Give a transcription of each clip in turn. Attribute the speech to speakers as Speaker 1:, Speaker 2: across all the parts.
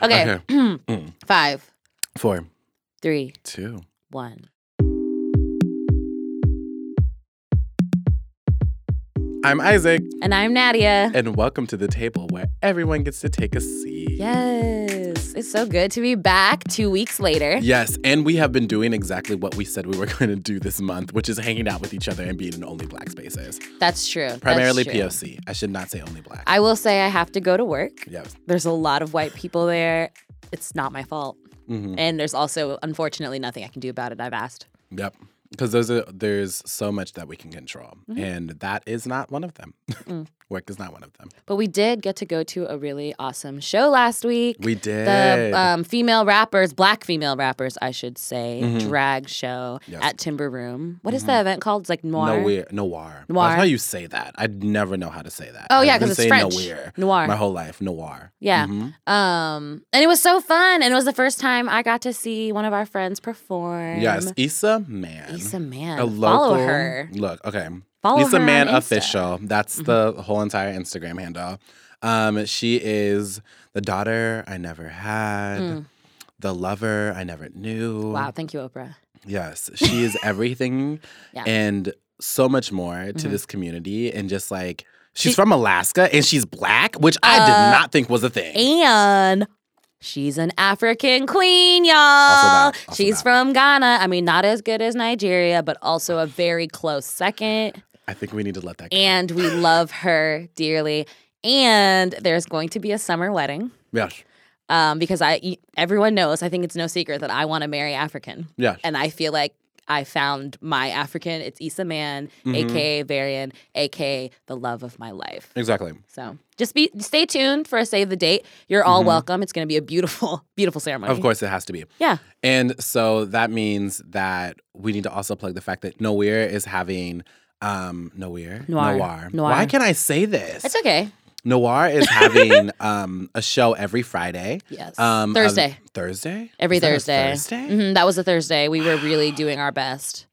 Speaker 1: Okay.
Speaker 2: Mm.
Speaker 1: Five,
Speaker 2: Four,
Speaker 1: three,
Speaker 2: two.
Speaker 1: one.
Speaker 2: I'm Isaac,
Speaker 1: And I'm Nadia.
Speaker 2: and welcome to the table where everyone gets to take a seat.
Speaker 1: Yes. It's so good to be back two weeks later.
Speaker 2: Yes, and we have been doing exactly what we said we were going to do this month, which is hanging out with each other and being in only black spaces.
Speaker 1: That's true. That's
Speaker 2: Primarily
Speaker 1: true.
Speaker 2: POC. I should not say only black.
Speaker 1: I will say I have to go to work.
Speaker 2: yes.
Speaker 1: There's a lot of white people there. It's not my fault.
Speaker 2: hmm
Speaker 1: And there's also, unfortunately, nothing I can do about it. I've asked.
Speaker 2: Yep. Because there's, a- there's so much that we can control,
Speaker 1: Mm-hmm.
Speaker 2: and that is not one of them.
Speaker 1: Mm.
Speaker 2: Work is not one of them.
Speaker 1: But we did get to go to a really awesome show last week.
Speaker 2: We did.
Speaker 1: the um, female rappers, black female rappers, I should say,
Speaker 2: Mhm.
Speaker 1: drag show
Speaker 2: Yes. Mm-hmm.
Speaker 1: at Timber Room. What is the event called? It's like Noir.
Speaker 2: Noir. Noir.
Speaker 1: Noir.
Speaker 2: That's how you say that. I'd never know how to say that.
Speaker 1: Oh, yeah,
Speaker 2: I've been
Speaker 1: 'cause it's
Speaker 2: saying
Speaker 1: French.
Speaker 2: Noir.
Speaker 1: Noir.
Speaker 2: My whole life. Noir.
Speaker 1: Yeah.
Speaker 2: Mhm.
Speaker 1: Um, and it was so fun, and it was the first time I got to see one of our friends perform.
Speaker 2: Yes. Issa Man.
Speaker 1: Issa Man.
Speaker 2: A
Speaker 1: Follow
Speaker 2: local-
Speaker 1: her.
Speaker 2: Look, okay.
Speaker 1: Follow
Speaker 2: Issa
Speaker 1: her on
Speaker 2: Man
Speaker 1: Insta. Mm-hmm.
Speaker 2: official. That's the whole entire Instagram handle. Um, she is the daughter I never had,
Speaker 1: Mm.
Speaker 2: the lover I never knew.
Speaker 1: Wow, thank you, Oprah.
Speaker 2: Yes, she is everything
Speaker 1: Yeah.
Speaker 2: and so much more to
Speaker 1: Mhm.
Speaker 2: this community. And just like, she's
Speaker 1: She-
Speaker 2: from Alaska and she's black, which I
Speaker 1: Uh,
Speaker 2: did not think was a thing.
Speaker 1: And she's an African queen, y'all.
Speaker 2: that, also
Speaker 1: she's
Speaker 2: that.
Speaker 1: from Ghana. I mean, not as good as Nigeria, but also a very close second.
Speaker 2: I think we need to let that go.
Speaker 1: and we love her dearly. And there's going to be a summer wedding
Speaker 2: yes,
Speaker 1: um, because I everyone knows I think it's no secret that I want to marry African,
Speaker 2: yes.
Speaker 1: and I feel like I found my African. It's Issa Man,
Speaker 2: Mhm.
Speaker 1: aka Varian, aka the love of my life.
Speaker 2: Exactly.
Speaker 1: So just be stay tuned for a save the date. You're all
Speaker 2: Mhm.
Speaker 1: welcome. It's going to be a beautiful, beautiful ceremony.
Speaker 2: Of course, it has to be.
Speaker 1: Yeah.
Speaker 2: And so that means that we need to also plug the fact that Noir is having um Noir
Speaker 1: Noir.
Speaker 2: Noir.
Speaker 1: Noir.
Speaker 2: Why can I say this?
Speaker 1: It's okay.
Speaker 2: Noir is having um a show every Friday.
Speaker 1: Yes.
Speaker 2: Um of-
Speaker 1: Thursday.
Speaker 2: Thursday?
Speaker 1: Every
Speaker 2: Is that a
Speaker 1: Thursday.
Speaker 2: Thursday?
Speaker 1: Mhm, that was a Thursday. We were really doing our best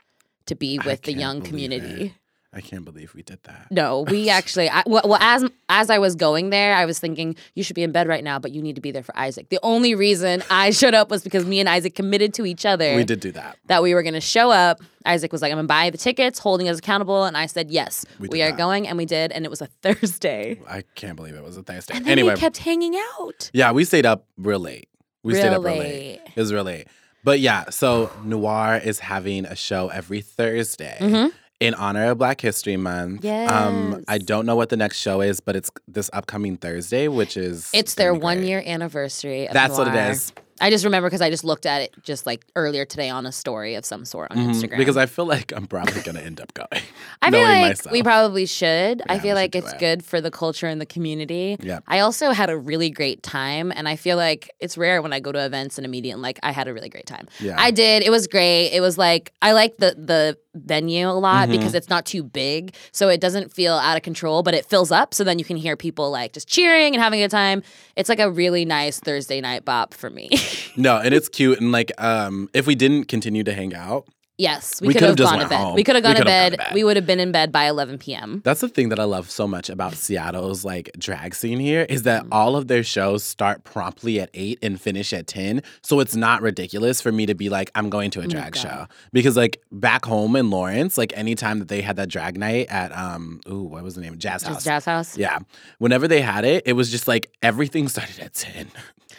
Speaker 1: to be
Speaker 2: I
Speaker 1: with the
Speaker 2: can't
Speaker 1: young
Speaker 2: believe
Speaker 1: community.
Speaker 2: it. I can't believe we did that.
Speaker 1: No, we actually. I, well, well, as as I was going there, I was thinking you should be in bed right now, but you need to be there for Isaac. The only reason I showed up was because me and Isaac committed to each other
Speaker 2: We did do that.
Speaker 1: that we were going to show up. Isaac was like, "I'm going to buy the tickets, holding us accountable," and I said, "Yes, we,
Speaker 2: We did
Speaker 1: are
Speaker 2: that.
Speaker 1: going," and we did, and it was a Thursday.
Speaker 2: I can't believe it was a Thursday.
Speaker 1: And then
Speaker 2: Anyway,
Speaker 1: we kept hanging out.
Speaker 2: yeah, we stayed up real late. We stayed up real late.
Speaker 1: Really.
Speaker 2: It was real late. But yeah, so Noir is having a show every Thursday
Speaker 1: Mhm.
Speaker 2: in honor of Black History Month. Um, I
Speaker 1: Yes.
Speaker 2: don't know what the next show is, but it's this upcoming Thursday, which is
Speaker 1: It's
Speaker 2: gonna
Speaker 1: their
Speaker 2: be
Speaker 1: one
Speaker 2: great.
Speaker 1: year anniversary. Of
Speaker 2: That's what it
Speaker 1: Noir.
Speaker 2: is. Mm-hmm.
Speaker 1: I just remember because I just looked at it just like earlier today on a story of some sort on
Speaker 2: Mhm,
Speaker 1: Instagram.
Speaker 2: Because I feel like I'm probably gonna end up going.
Speaker 1: I feel
Speaker 2: knowing
Speaker 1: like
Speaker 2: myself.
Speaker 1: we probably should. I
Speaker 2: Yeah,
Speaker 1: feel
Speaker 2: we
Speaker 1: like
Speaker 2: should do
Speaker 1: it's
Speaker 2: it.
Speaker 1: good for the culture and the community.
Speaker 2: Yeah.
Speaker 1: I also had a really great time, and I feel like it's rare when I go to events and immediately like I had a really great time.
Speaker 2: Yeah.
Speaker 1: I did. It was great. It was like I like the the venue a lot
Speaker 2: Mhm.
Speaker 1: because it's not too big, so it doesn't feel out of control, but it fills up. So then you can hear people like just cheering and having a good time. It's like a really nice Thursday night bop for me.
Speaker 2: no, and it's cute and like um if we didn't continue to hang out,
Speaker 1: yes, we,
Speaker 2: We
Speaker 1: could
Speaker 2: could've
Speaker 1: have
Speaker 2: just
Speaker 1: gone to
Speaker 2: went
Speaker 1: bed.
Speaker 2: home.
Speaker 1: We could have
Speaker 2: We
Speaker 1: gone, to
Speaker 2: could've gone
Speaker 1: bed.
Speaker 2: to bed.
Speaker 1: We would have been in bed by eleven p.m.
Speaker 2: That's the thing that I love so much about Seattle's like drag scene here is that
Speaker 1: Mm.
Speaker 2: all of their shows start promptly at 8 and finish at 10. So it's not ridiculous for me to be like I'm going to a drag show because like back home in Lawrence, like anytime that they had that drag night at um ooh, what was the name? Jazz House.
Speaker 1: Just Jazz House.
Speaker 2: yeah. Whenever they had it, it was just like everything started at 10.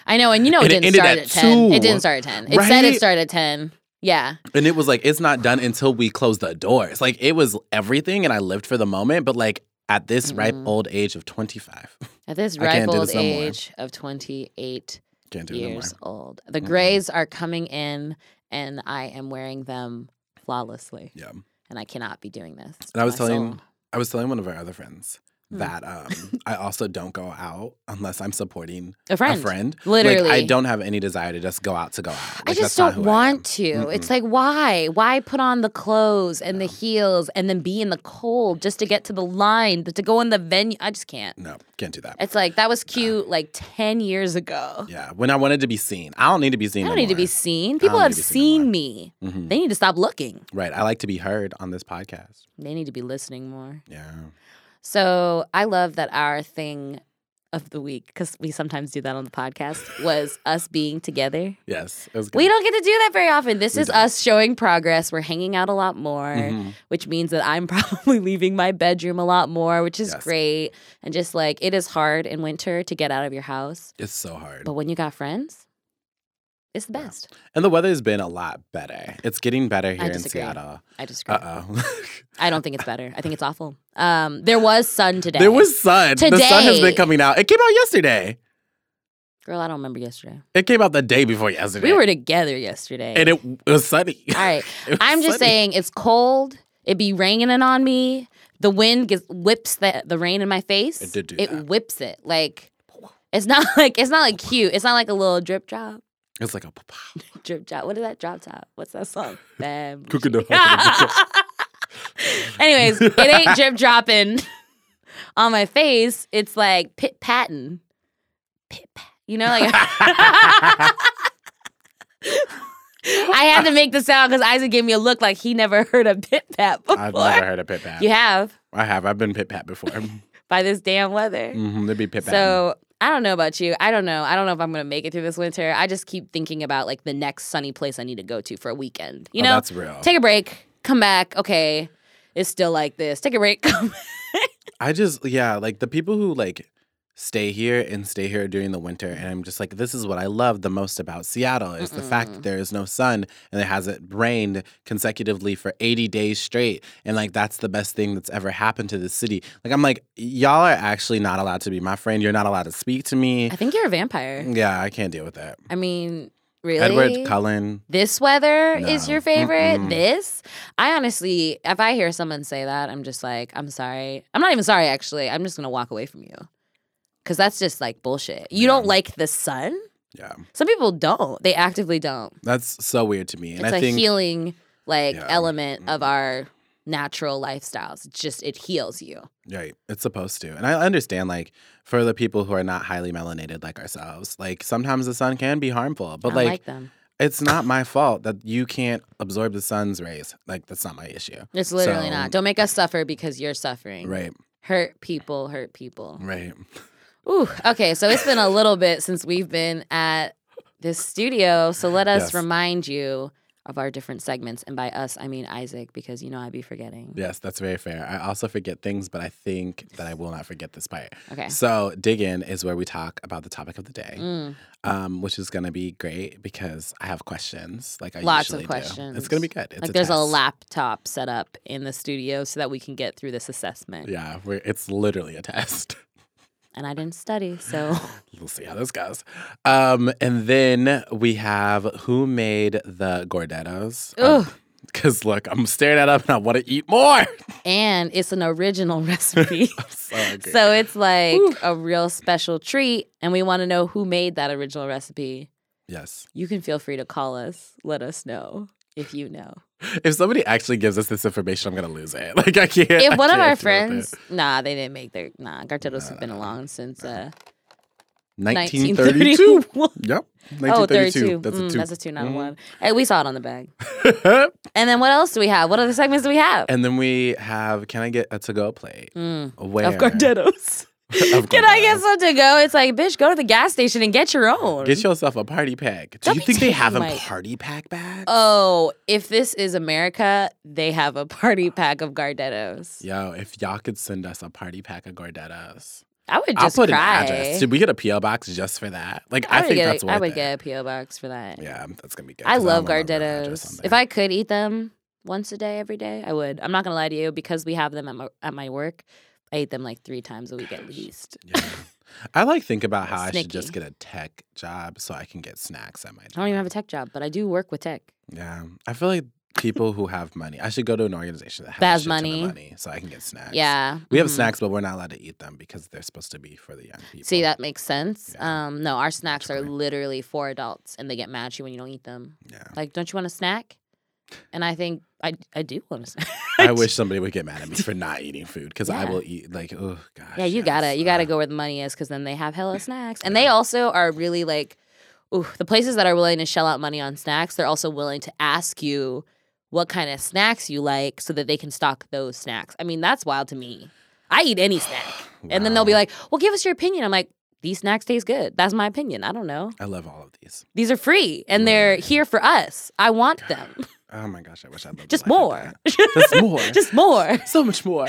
Speaker 1: I know, and you know it
Speaker 2: And it
Speaker 1: didn't
Speaker 2: ended
Speaker 1: start
Speaker 2: at
Speaker 1: at ten.
Speaker 2: 2,
Speaker 1: It didn't start at ten. It said it
Speaker 2: right?
Speaker 1: started at ten. Yeah,
Speaker 2: And it was like it's not done until we close the doors. Like it was everything and I lived for the moment, but like at this ripe
Speaker 1: Mm.
Speaker 2: old age of 25.
Speaker 1: at this
Speaker 2: I can't
Speaker 1: ripe
Speaker 2: do
Speaker 1: old
Speaker 2: this no more.
Speaker 1: age of twenty eight
Speaker 2: Can't do it anymore.
Speaker 1: years old, the
Speaker 2: Mm-mm.
Speaker 1: grays are coming in, and I am wearing them flawlessly,
Speaker 2: Yeah.
Speaker 1: and I cannot be doing this.
Speaker 2: And I was
Speaker 1: My
Speaker 2: telling-
Speaker 1: soul.
Speaker 2: I was telling one of our other friends
Speaker 1: Hmm.
Speaker 2: that um, I also don't go out unless I'm supporting
Speaker 1: a friend,
Speaker 2: a friend.
Speaker 1: literally.
Speaker 2: Like, I don't have any desire to just go out to go out. Like,
Speaker 1: I just
Speaker 2: that's not
Speaker 1: don't
Speaker 2: who I am.
Speaker 1: want to. It's like why? Why put on the clothes and the heels and then be in the cold just to get to the line, to go in the venue? I just can't.
Speaker 2: No, can't do that.
Speaker 1: It's like that was cute like 10 years ago.
Speaker 2: yeah, when I wanted to be seen, I don't need to be seen.
Speaker 1: I don't
Speaker 2: no
Speaker 1: need to be
Speaker 2: more.
Speaker 1: seen.
Speaker 2: don't
Speaker 1: People
Speaker 2: need
Speaker 1: have
Speaker 2: to be seen
Speaker 1: seen
Speaker 2: no
Speaker 1: me.
Speaker 2: Mhm.
Speaker 1: They need to stop looking.
Speaker 2: Right, I like to be heard on this podcast.
Speaker 1: They need to be listening more.
Speaker 2: Yeah,
Speaker 1: So I love that our thing of the week because we sometimes do that on the podcast was us being together.
Speaker 2: Yes, it was good.
Speaker 1: We don't get to do that very often. This
Speaker 2: We
Speaker 1: is
Speaker 2: don't.
Speaker 1: us showing progress. We're hanging out a lot more,
Speaker 2: Mhm.
Speaker 1: which means that I'm probably leaving my bedroom a lot more, which is
Speaker 2: Yes.
Speaker 1: great. And just like it is hard in winter to get out of your house,
Speaker 2: It's so hard.
Speaker 1: but when you got friends, it's the
Speaker 2: Yeah.
Speaker 1: best.
Speaker 2: And the weather's been a lot better. It's getting better here in
Speaker 1: disagree.
Speaker 2: Seattle.
Speaker 1: I disagree.
Speaker 2: Uh oh.
Speaker 1: I don't think it's better. I think it's awful. Um, there was sun today.
Speaker 2: there was sun. The sun has
Speaker 1: Today.
Speaker 2: been coming out. It came out yesterday.
Speaker 1: girl. I don't remember yesterday.
Speaker 2: It came out the day before yesterday.
Speaker 1: We were together yesterday.
Speaker 2: and it, it was sunny.
Speaker 1: All right.
Speaker 2: It was
Speaker 1: I'm just
Speaker 2: sunny.
Speaker 1: saying it's cold. It be raining on me. The wind gets whips the the rain in my face.
Speaker 2: It did do
Speaker 1: It
Speaker 2: that.
Speaker 1: whips it like it's not like it's not like cute. It's not like a little drip drop,
Speaker 2: It's like a
Speaker 1: drip drop. What is that drop top? What's that song? Bam.
Speaker 2: cooking the
Speaker 1: Anyways, it ain't drip dropping on my face. It's like pit patting, pit pat. You know, like I had to make the sound because Isaac gave me a look like he never heard a pit pat before.
Speaker 2: I've never heard of pit pat.
Speaker 1: You have
Speaker 2: I have. I've been pit pat before. mm-hmm,
Speaker 1: by this damn weather.
Speaker 2: it'd be pit pat.
Speaker 1: So I don't know about you. I don't know. I don't know if I'm gonna make it through this winter. I just keep thinking about like the next sunny place I need to go to for a weekend. You
Speaker 2: Oh,
Speaker 1: know,
Speaker 2: that's real.
Speaker 1: take a break, come back. Okay, it's still like this. Take a break. come back.
Speaker 2: I just yeah, like the people who like stay here and stay here during the winter and I'm just like this is what I love the most about Seattle is the fact that there is no sun and it hasn't rained consecutively for 80 days straight and like that's the best thing that's ever happened to this city. Like I'm like y'all are actually not allowed to be my friend. You're not allowed to speak to me.
Speaker 1: I think you're a vampire.
Speaker 2: Yeah, I can't deal with that.
Speaker 1: I mean, really,
Speaker 2: Edward Cullen.
Speaker 1: This weather is
Speaker 2: No.
Speaker 1: your favorite.
Speaker 2: Mm-mm.
Speaker 1: This, I honestly, if I hear someone say that, I'm just like, I'm sorry. I'm not even sorry. Actually, I'm just gonna walk away from you. Cause that's just like bullshit. You don't
Speaker 2: Yeah.
Speaker 1: like the sun.
Speaker 2: Yeah.
Speaker 1: Some people don't. They actively don't.
Speaker 2: That's so weird to me. And
Speaker 1: it's a
Speaker 2: I think
Speaker 1: healing like
Speaker 2: Yeah. Mm-hmm.
Speaker 1: element of our natural lifestyles. It's just it heals you.
Speaker 2: Right. It's supposed to. And I understand, like, for the people who are not highly melanated like ourselves, like, sometimes the sun can be harmful, but
Speaker 1: I
Speaker 2: like,
Speaker 1: like, them.
Speaker 2: it's not my fault that you can't absorb the sun's rays. Like, that's not my issue.
Speaker 1: It's literally
Speaker 2: so-
Speaker 1: not. Don't make us suffer because you're suffering.
Speaker 2: Right. Mm.
Speaker 1: Hurt people, hurt people.
Speaker 2: Right.
Speaker 1: Ooh. Okay, so it's been a little bit since we've been at this studio. So let us
Speaker 2: Yes.
Speaker 1: remind you of our different segments. And by us I mean Isaac, because you know I'd be forgetting.
Speaker 2: Yes, that's very fair. I also forget things, but I think that I will not forget this part.
Speaker 1: Okay.
Speaker 2: So, dig in is where we talk about the topic of the day,
Speaker 1: Mm.
Speaker 2: um, which is going to be great because I have questions. Like, I
Speaker 1: Lots of
Speaker 2: usually do. It's going to be good. It's
Speaker 1: Like there's a
Speaker 2: test.
Speaker 1: laptop set up in the studio so that we can get through this assessment.
Speaker 2: Yeah, we're, it's literally a test.
Speaker 1: And I didn't study, so
Speaker 2: We'll see how this goes. Um, and then we have who made the gordettos?
Speaker 1: Ugh.
Speaker 2: Because look, I'm staring at them and I want to eat more.
Speaker 1: and it's an original recipe.
Speaker 2: so hungry.
Speaker 1: so it's like a real special treat and we want to know who made that original recipe.
Speaker 2: yes.
Speaker 1: You can feel free to call us. Let us know if you know.
Speaker 2: If somebody actually gives us this information, I'm gonna lose it. Like I can't. I
Speaker 1: If one of
Speaker 2: can't
Speaker 1: our
Speaker 2: deal with
Speaker 1: friends,
Speaker 2: it.
Speaker 1: nah, they didn't make their nah. Gartettos have been along since uh,
Speaker 2: 1932.
Speaker 1: 1932.
Speaker 2: yep.
Speaker 1: Oh,
Speaker 2: 1932.
Speaker 1: 32.
Speaker 2: That's a
Speaker 1: Mm,
Speaker 2: two. Mm-hmm.
Speaker 1: That's a two, not a one. Hey, we saw it on the bag.
Speaker 2: two.
Speaker 1: And then what else do we have? What other segments do we have?
Speaker 2: and then we have. Can I get a to-go plate?
Speaker 1: Mm,
Speaker 2: Where?
Speaker 1: of Gardettos.
Speaker 2: Of
Speaker 1: Can I get
Speaker 2: gordettos.
Speaker 1: some to go? It's like, bitch, go to the gas station and get your own.
Speaker 2: Get yourself a party pack. Do
Speaker 1: Don't
Speaker 2: you
Speaker 1: be
Speaker 2: think they
Speaker 1: taking
Speaker 2: have a
Speaker 1: my-
Speaker 2: party pack bag?
Speaker 1: oh, if this is America, they have a party pack of Gardettos.
Speaker 2: Yo, if y'all could send us a party pack of Gordettas,
Speaker 1: I would
Speaker 2: I'll
Speaker 1: just
Speaker 2: put an
Speaker 1: cry.
Speaker 2: address. Should we get a PO box just for that? Like,
Speaker 1: I,
Speaker 2: I,
Speaker 1: would
Speaker 2: think
Speaker 1: get
Speaker 2: that's
Speaker 1: a,
Speaker 2: worth
Speaker 1: I would
Speaker 2: it.
Speaker 1: get a PO box for that.
Speaker 2: Yeah, that's gonna be good.
Speaker 1: I
Speaker 2: 'cause
Speaker 1: love
Speaker 2: don't want my real address
Speaker 1: Gardettos.
Speaker 2: on
Speaker 1: If
Speaker 2: there.
Speaker 1: I could eat them once a day, every day, I would. I'm not gonna lie to you because we have them at my at my work. I eat them like three times a week at least.
Speaker 2: Yeah. I like think about how I should
Speaker 1: Snicky.
Speaker 2: just get a tech job so I can get snacks at my.
Speaker 1: I don't even have a tech job, but I do work with tech.
Speaker 2: Yeah, I feel like people who have money. I should go to an organization that has a
Speaker 1: That has
Speaker 2: shit ton of
Speaker 1: money.
Speaker 2: money so I can get snacks.
Speaker 1: Yeah,
Speaker 2: we have
Speaker 1: mhm.
Speaker 2: snacks, but we're not allowed to eat them because they're supposed to be for the young people.
Speaker 1: See, that makes sense.
Speaker 2: Yeah.
Speaker 1: Um, no, our snacks are
Speaker 2: That's right.
Speaker 1: literally for adults, and they get mad at you when you don't eat them.
Speaker 2: Yeah,
Speaker 1: Like, don't you want a snack? And I think I I do want a snack.
Speaker 2: I wish somebody would get mad at me for not eating food because I
Speaker 1: Yeah.
Speaker 2: will eat like oh gosh. uh,
Speaker 1: Yeah, you
Speaker 2: yes,
Speaker 1: gotta you gotta
Speaker 2: ugh.
Speaker 1: go where the money is because then they have hella snacks, and they also are really like, ooh, the places that are willing to shell out money on snacks, they're also willing to ask you what kind of snacks you like so that they can stock those snacks. I mean, that's wild to me. I eat any snack, and then they'll be
Speaker 2: Wow.
Speaker 1: like, "Well, give us your opinion." I'm like, these snacks taste good. That's my opinion. I don't know.
Speaker 2: I love all of these.
Speaker 1: These are free and they're here for us. I want them.
Speaker 2: Oh my gosh, I wish I loved
Speaker 1: Just
Speaker 2: life like
Speaker 1: more.
Speaker 2: that. Just more.
Speaker 1: Just more.
Speaker 2: so much more.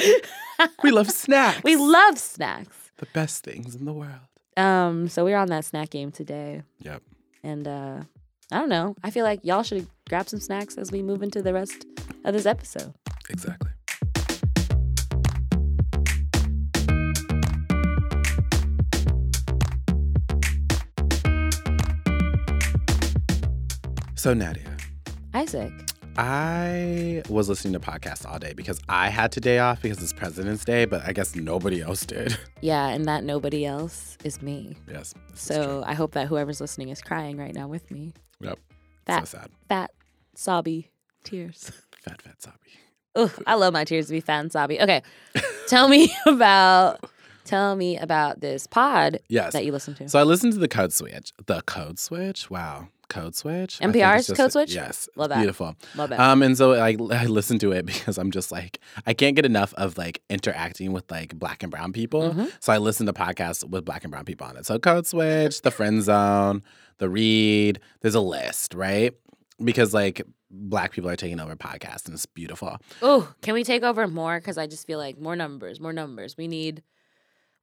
Speaker 2: We love snacks.
Speaker 1: We love snacks.
Speaker 2: the best things in the world.
Speaker 1: Um, so we were on that snack game today.
Speaker 2: Yep.
Speaker 1: And uh I don't know. I feel like y'all should grab some snacks as we move into the rest of this episode.
Speaker 2: Exactly. So, Nadia,
Speaker 1: Isaac.
Speaker 2: I was listening to podcasts all day because I had today off because it's President's Day, but I guess nobody else did.
Speaker 1: Yeah, and that nobody else is me.
Speaker 2: yes. this is
Speaker 1: So I hope that whoever's listening is crying right now with me.
Speaker 2: true. Yep.
Speaker 1: That
Speaker 2: So sad.
Speaker 1: fat sobby tears.
Speaker 2: Fat, fat, sobby.
Speaker 1: Ugh, I love my tears to be fat and sobby. Okay. tell me about tell me about this pod
Speaker 2: Yes.
Speaker 1: that you listen to.
Speaker 2: So I listened to the Code Switch. The Code Switch. Wow. Code Switch. I think
Speaker 1: NPR's
Speaker 2: it's just
Speaker 1: Code
Speaker 2: a-
Speaker 1: Switch?
Speaker 2: Yes.
Speaker 1: Love
Speaker 2: it's
Speaker 1: that.
Speaker 2: Beautiful.
Speaker 1: love it.
Speaker 2: Um, and so I, I listened to it because I'm just like I can't get enough of like interacting with like black and brown people.
Speaker 1: Mhm.
Speaker 2: So I listen to podcasts with black and brown people on it. So Code Switch, The Friend Zone, The Read. There's a list, right? Because like black people are taking over podcasts and it's beautiful.
Speaker 1: Oh, can we take over more? Because I just feel like more numbers, more numbers. We need,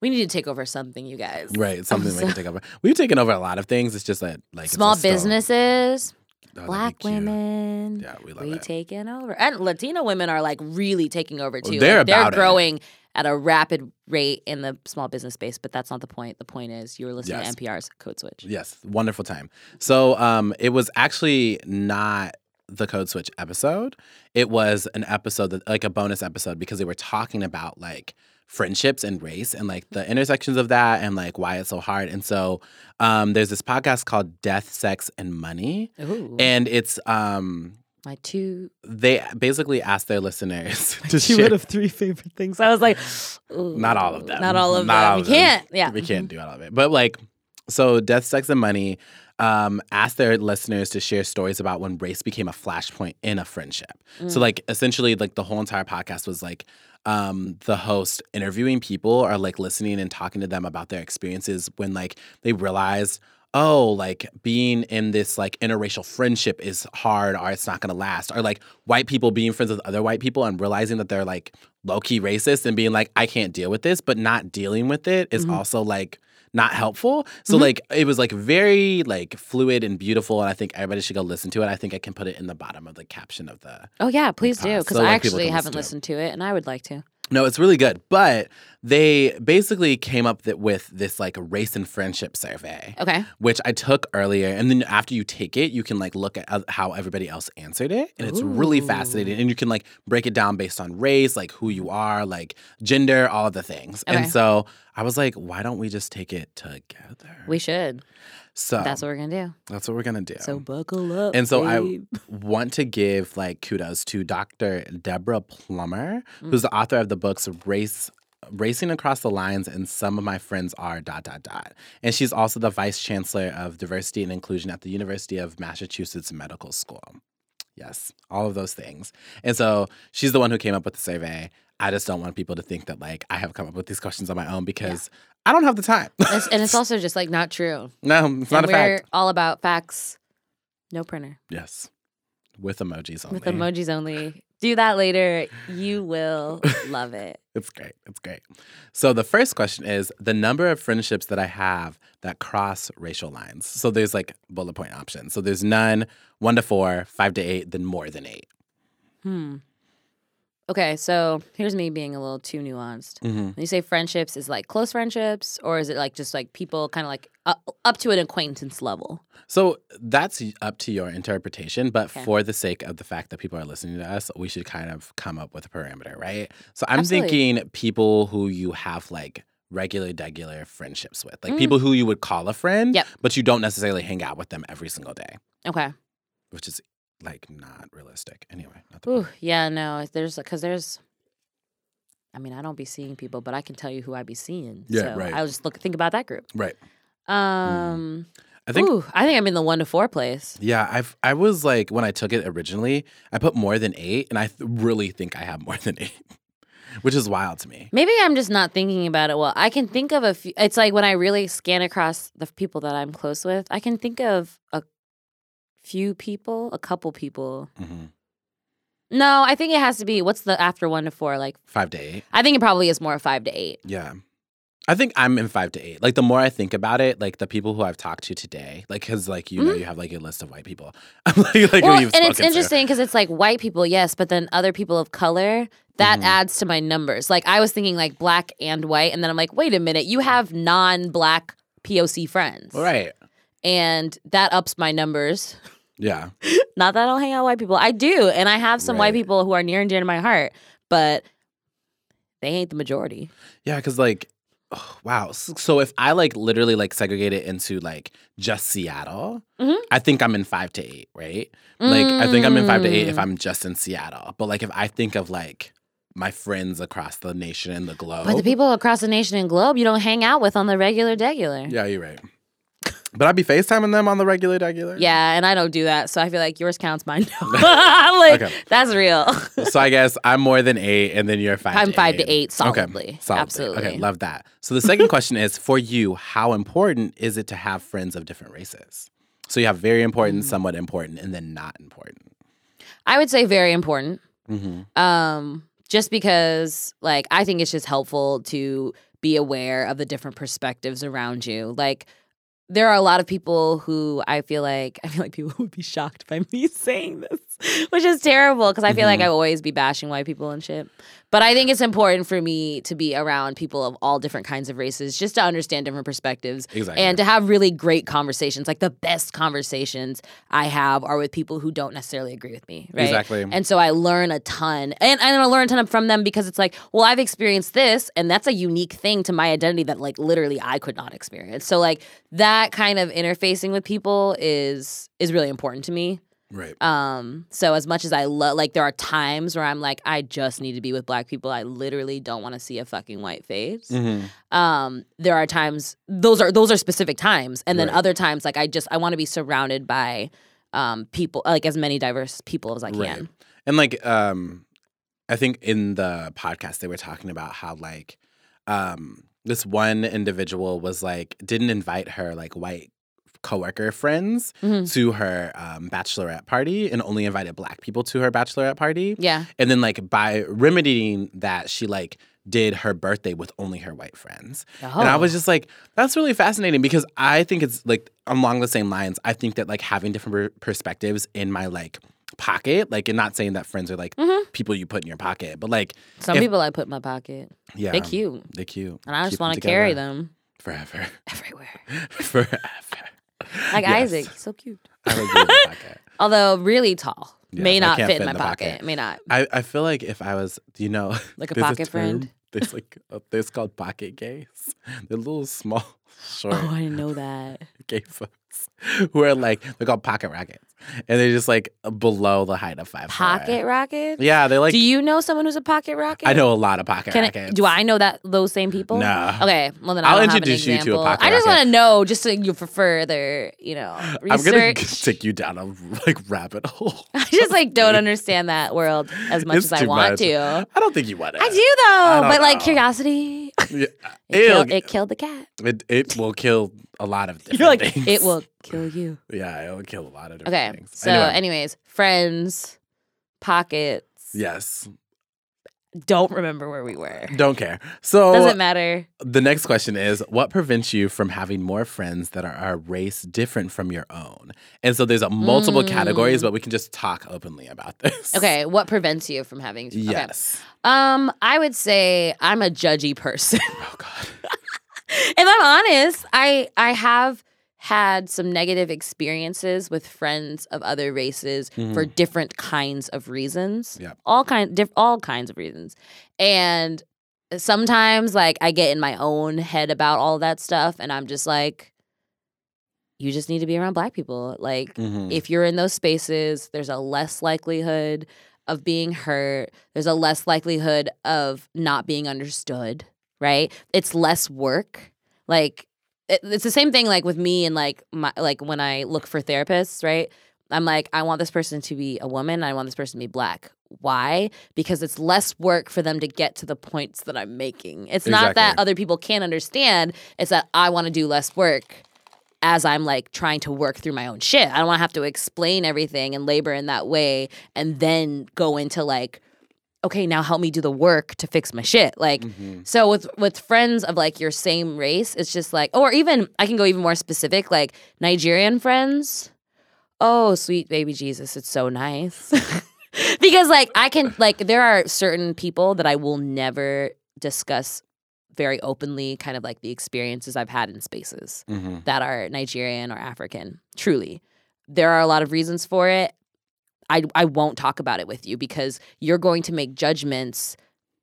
Speaker 1: we need to take over something, you guys.
Speaker 2: Right. It's something we
Speaker 1: Oh, so-
Speaker 2: can take over. We've taken over a lot of things. It's just that like it's
Speaker 1: Small
Speaker 2: just still-
Speaker 1: businesses,
Speaker 2: Oh, that'd be
Speaker 1: black
Speaker 2: cute.
Speaker 1: women.
Speaker 2: Yeah, we love
Speaker 1: We
Speaker 2: it.
Speaker 1: taking over, and Latino women are like really taking over
Speaker 2: Well,
Speaker 1: too.
Speaker 2: Oh, they're
Speaker 1: Like,
Speaker 2: about it.
Speaker 1: growing at a rapid rate in the small business space, but that's not the point. The point is you were listening
Speaker 2: Yes.
Speaker 1: to NPR's Code Switch.
Speaker 2: Yes, wonderful time. So um, it was actually not the Code Switch episode. It was an episode that like a bonus episode because they were talking about like friendships and race and like the intersections of that and like why it's so hard. And so um, there's this podcast called Death, Sex, and Money,
Speaker 1: Ooh,
Speaker 2: and it's um,
Speaker 1: my two,
Speaker 2: they basically asked their listeners to
Speaker 1: two
Speaker 2: share.
Speaker 1: out of three favorite things. I was like, ooh,
Speaker 2: Not all of them.
Speaker 1: Not all of
Speaker 2: Not
Speaker 1: them.
Speaker 2: all
Speaker 1: we
Speaker 2: of them.
Speaker 1: can't. Yeah,
Speaker 2: we can't do all of it. But like, so death, sex, and money um, asked their listeners to share stories about when race became a flashpoint in a friendship. So like, essentially, like the whole entire podcast was like um, the host interviewing people or like listening and talking to them about their experiences when like they realized. Oh, like being in this like interracial friendship is hard or it's not gonna last. Or like white people being friends with other white people and realizing that they're like low key racist and being like, I can't deal with this, but not dealing with it is also like not helpful. So like it was like very like fluid and beautiful, and I think everybody should go listen to it. I think I can put it in the bottom of the caption of the.
Speaker 1: Oh yeah, please do
Speaker 2: pause.
Speaker 1: because
Speaker 2: So,
Speaker 1: I
Speaker 2: like, people
Speaker 1: actually
Speaker 2: can
Speaker 1: haven't
Speaker 2: listen
Speaker 1: listened to it and I would like to.
Speaker 2: No, it's really good, but they basically came up th- with this like race and friendship survey.
Speaker 1: Okay.
Speaker 2: Which I took earlier, and then after you take it, you can like look at oth- how everybody else answered it, and it's really
Speaker 1: Ooh.
Speaker 2: fascinating. And you can like break it down based on race, like who you are, like gender, all of the things.
Speaker 1: Okay.
Speaker 2: And so I was like, why don't we just take it together?
Speaker 1: We should.
Speaker 2: so
Speaker 1: That's what we're gonna do.
Speaker 2: That's what we're gonna do.
Speaker 1: So buckle up.
Speaker 2: Um, and so
Speaker 1: babe.
Speaker 2: I want to give like kudos to Dr. Deborah Plummer,
Speaker 1: Mm.
Speaker 2: who's the author of the books Race Racing Across the Lines and Some of My Friends Are dot dot dot. And she's also the vice chancellor of diversity and inclusion at the University of Massachusetts Medical School. Yes, all of those things. And so she's the one who came up with the survey. I just don't want people to think that like I have come up with these questions on my own because I don't have the time.
Speaker 1: It's- and it's also just like not true.
Speaker 2: no, it's not a
Speaker 1: and we're
Speaker 2: fact.
Speaker 1: all about facts. No printer
Speaker 2: Yes. With emojis on
Speaker 1: with emojis only. Do that later. You will love it.
Speaker 2: It's great. It's great. So the first question is the number of friendships that I have that cross racial lines. So there's like bullet point options. So there's none, one to four, five to eight, then more than 8
Speaker 1: Hmm. Okay, so here's me being a little too nuanced.
Speaker 2: Mm-hmm.
Speaker 1: When you say friendships, is it like close friendships, or is it like just like people kind of like up, up to an acquaintance level?
Speaker 2: So that's up to your interpretation, but
Speaker 1: Okay.
Speaker 2: for the sake of the fact that people are listening to us, we should kind of come up with a parameter, right? So I'm
Speaker 1: Absolutely.
Speaker 2: thinking people who you have like regular, regular friendships with, like
Speaker 1: Mm.
Speaker 2: people who you would call a friend,
Speaker 1: Yep.
Speaker 2: but you don't necessarily hang out with them every single day.
Speaker 1: Okay.
Speaker 2: which is like not realistic. Anyway, not the
Speaker 1: Ooh, yeah, no, there's because there's. I mean, I don't be seeing people, but I can tell you who I be seeing.
Speaker 2: Yeah,
Speaker 1: so
Speaker 2: right.
Speaker 1: I just look think about that group.
Speaker 2: right.
Speaker 1: Um,
Speaker 2: I think
Speaker 1: ooh, I think I'm in the one to four place.
Speaker 2: yeah. I've I was like when I took it originally, I put more than eight, and I th- really think I have more than eight. which is wild to me.
Speaker 1: Maybe I'm just not thinking about it well. I can think of a few. It's like when I really scan across the people that I'm close with, I can think of a few people, a couple people.
Speaker 2: hmm
Speaker 1: No, I think it has to be what's the after one to four? Like,
Speaker 2: Five to eight.
Speaker 1: I think it probably is more five to eight.
Speaker 2: Yeah. I think I'm in five to eight. Like the more I think about it, like the people who I've talked to today, like because like you know you have like a list of white people. I'm like like
Speaker 1: Mm. well,
Speaker 2: who you've
Speaker 1: and
Speaker 2: spoken
Speaker 1: it's
Speaker 2: to.
Speaker 1: interesting because it's like white people, yes, but then other people of color. That
Speaker 2: Mhm.
Speaker 1: adds to my numbers. Like I was thinking like black and white, and then I'm like, wait a minute, you have non-black POC friends,
Speaker 2: All right.
Speaker 1: And that ups my numbers.
Speaker 2: Yeah.
Speaker 1: Not that I don't hang out with white people. I do, and I have some white
Speaker 2: Right.
Speaker 1: people who are near and dear to my heart, but they ain't the majority.
Speaker 2: Yeah, because like, oh, wow. S- So if I like literally like segregate it into like just Seattle,
Speaker 1: Mhm.
Speaker 2: I think I'm in five to eight, right? Like I think I'm in five to eight if
Speaker 1: Mm.
Speaker 2: I'm just in Seattle. But like if I think of like my friends across the nation and the globe,
Speaker 1: But the people across the nation and globe you don't hang out with on the regular, regular.
Speaker 2: yeah, you're right. But I'd be FaceTiming them on the regular, regular.
Speaker 1: Yeah, and I don't do that, so I feel like yours counts, mine don't. like
Speaker 2: Okay.
Speaker 1: that's real.
Speaker 2: so I guess I'm more than eight, and then you're five.
Speaker 1: I'm
Speaker 2: to
Speaker 1: five
Speaker 2: eight.
Speaker 1: to eight solidly.
Speaker 2: Okay, solidly.
Speaker 1: Absolutely.
Speaker 2: Okay, love that. So the second question is for you: How important is it to have friends of different races? So you have very important,
Speaker 1: Mm.
Speaker 2: somewhat important, and then not important.
Speaker 1: I would say very important.
Speaker 2: Mm-hmm.
Speaker 1: Um, just because like I think it's just helpful to be aware of the different perspectives around you. Like there are a lot of people who I feel like I feel like people would be shocked by me saying this, which is terrible because I feel like
Speaker 2: Mhm.
Speaker 1: I always be bashing white people and shit. But I think it's important for me to be around people of all different kinds of races just to understand different perspectives
Speaker 2: Exactly.
Speaker 1: and to have really great conversations. Like the best conversations I have are with people who don't necessarily agree with me, right?
Speaker 2: exactly.
Speaker 1: And so I learn a ton. And, and I learn a ton from them because it's like, well, I've experienced this, and that's a unique thing to my identity that, like, literally I could not experience. So, like, that kind of interfacing with people is is really important to me.
Speaker 2: right.
Speaker 1: Um, so as much as I love, like, there are times where I'm like, I just need to be with black people. I literally don't want to see a fucking white face
Speaker 2: hmm
Speaker 1: um there are times those are those are specific times and then
Speaker 2: Right.
Speaker 1: other times like i just i want to be surrounded by um people like as many diverse people as i can
Speaker 2: Right. And like, um, I think in the podcast they were talking about how like, um, this one individual was like didn't invite her like white coworker friends
Speaker 1: Mhm.
Speaker 2: to her um, bachelorette party and only invited black people to her bachelorette party.
Speaker 1: yeah
Speaker 2: And then like by remedying that, she like did her birthday with only her white friends. And I was
Speaker 1: Oh.
Speaker 2: just like, that's really fascinating because I think it's like along the same lines. I think that like having different per- perspectives in my like pocket, like, and not saying that friends are like
Speaker 1: Mhm.
Speaker 2: people you put in your pocket, but like,
Speaker 1: some
Speaker 2: if-
Speaker 1: people i put in my pocket
Speaker 2: yeah,
Speaker 1: they cute
Speaker 2: They cute.
Speaker 1: and i
Speaker 2: Keep
Speaker 1: just want to
Speaker 2: together
Speaker 1: carry them
Speaker 2: forever,
Speaker 1: everywhere
Speaker 2: forever.
Speaker 1: like
Speaker 2: Yes.
Speaker 1: isaac he's so cute
Speaker 2: I like you in my pocket.
Speaker 1: although really tall
Speaker 2: Yes,
Speaker 1: may
Speaker 2: I
Speaker 1: not
Speaker 2: can't
Speaker 1: fit in my
Speaker 2: the
Speaker 1: pocket. may not
Speaker 2: I, I feel like if I was, you know,
Speaker 1: Like a
Speaker 2: there's
Speaker 1: pocket friend?
Speaker 2: term, There's like, a, there's called pocket gays. They're little small, short
Speaker 1: oh i didn't know that
Speaker 2: gay folks who are like, they're called pocket rockets. And they're just like below the height of five.
Speaker 1: pocket rocket
Speaker 2: Yeah, they like,
Speaker 1: do you know someone who's a pocket rocket
Speaker 2: I know a lot of pocket
Speaker 1: Can I,
Speaker 2: rockets.
Speaker 1: do I know that those same people?
Speaker 2: Nah.
Speaker 1: Okay. Well then I
Speaker 2: I'll
Speaker 1: don't have an
Speaker 2: introduce you to a
Speaker 1: example.
Speaker 2: pocket
Speaker 1: I just
Speaker 2: rocket.
Speaker 1: want to know, just so you for further, you know,
Speaker 2: I'm going to
Speaker 1: research.
Speaker 2: take you down a like rabbit hole.
Speaker 1: I just like don't understand that world as much
Speaker 2: It's
Speaker 1: as I
Speaker 2: too
Speaker 1: want
Speaker 2: much.
Speaker 1: to.
Speaker 2: I don't think you want it.
Speaker 1: I do though,
Speaker 2: don't
Speaker 1: but like
Speaker 2: know.
Speaker 1: curiosity, it,
Speaker 2: Yeah.
Speaker 1: killed,
Speaker 2: Ew.
Speaker 1: it killed the cat.
Speaker 2: It, it will kill a lot of different
Speaker 1: You're like,
Speaker 2: things.
Speaker 1: it will kill you.
Speaker 2: Yeah, it will kill a lot of different
Speaker 1: Okay.
Speaker 2: things.
Speaker 1: So,
Speaker 2: Anyway,
Speaker 1: anyways, friends, pockets.
Speaker 2: yes,
Speaker 1: Don't remember where we were.
Speaker 2: don't care. So
Speaker 1: Doesn't matter.
Speaker 2: The next question is What prevents you from having more friends that are a race different from your own? And so there's a multiple
Speaker 1: Mm.
Speaker 2: categories, but we can just talk openly about this.
Speaker 1: Okay. What prevents you from having? okay.
Speaker 2: Yes.
Speaker 1: Um, I would say I'm a judgy person.
Speaker 2: Oh, God.
Speaker 1: if I'm honest, I I have had some negative experiences with friends of other races for different kinds of reasons.
Speaker 2: Yep.
Speaker 1: All kind diff, all kinds of reasons. And sometimes like I get in my own head about all that stuff and I'm just like you just need to be around black people. Like
Speaker 2: Mhm.
Speaker 1: if you're in those spaces, there's a less likelihood of being hurt. There's a less likelihood of not being understood, right? It's less work. Like it- it's the same thing like with me and like my like when I look for therapists, right? I'm like, I want this person to be a woman. I want this person to be black. Why? Because it's less work for them to get to the points that I'm making. It's not that
Speaker 2: Exactly.
Speaker 1: other people can't understand. It's that I want to do less work as I'm like trying to work through my own shit. I don't want to have to explain everything and labor in that way and then go into like, okay, now help me do the work to fix my shit. Like,
Speaker 2: Mm-hmm.
Speaker 1: so with with friends of like your same race, it's just like, or even I can go even more specific, like Nigerian friends. Oh, sweet baby Jesus, it's so nice. because like I can like there are certain people that I will never discuss very openly kind of like the experiences I've had in spaces
Speaker 2: Mhm.
Speaker 1: that are Nigerian or African. Truly, there are a lot of reasons for it. I I won't talk about it with you because you're going to make judgments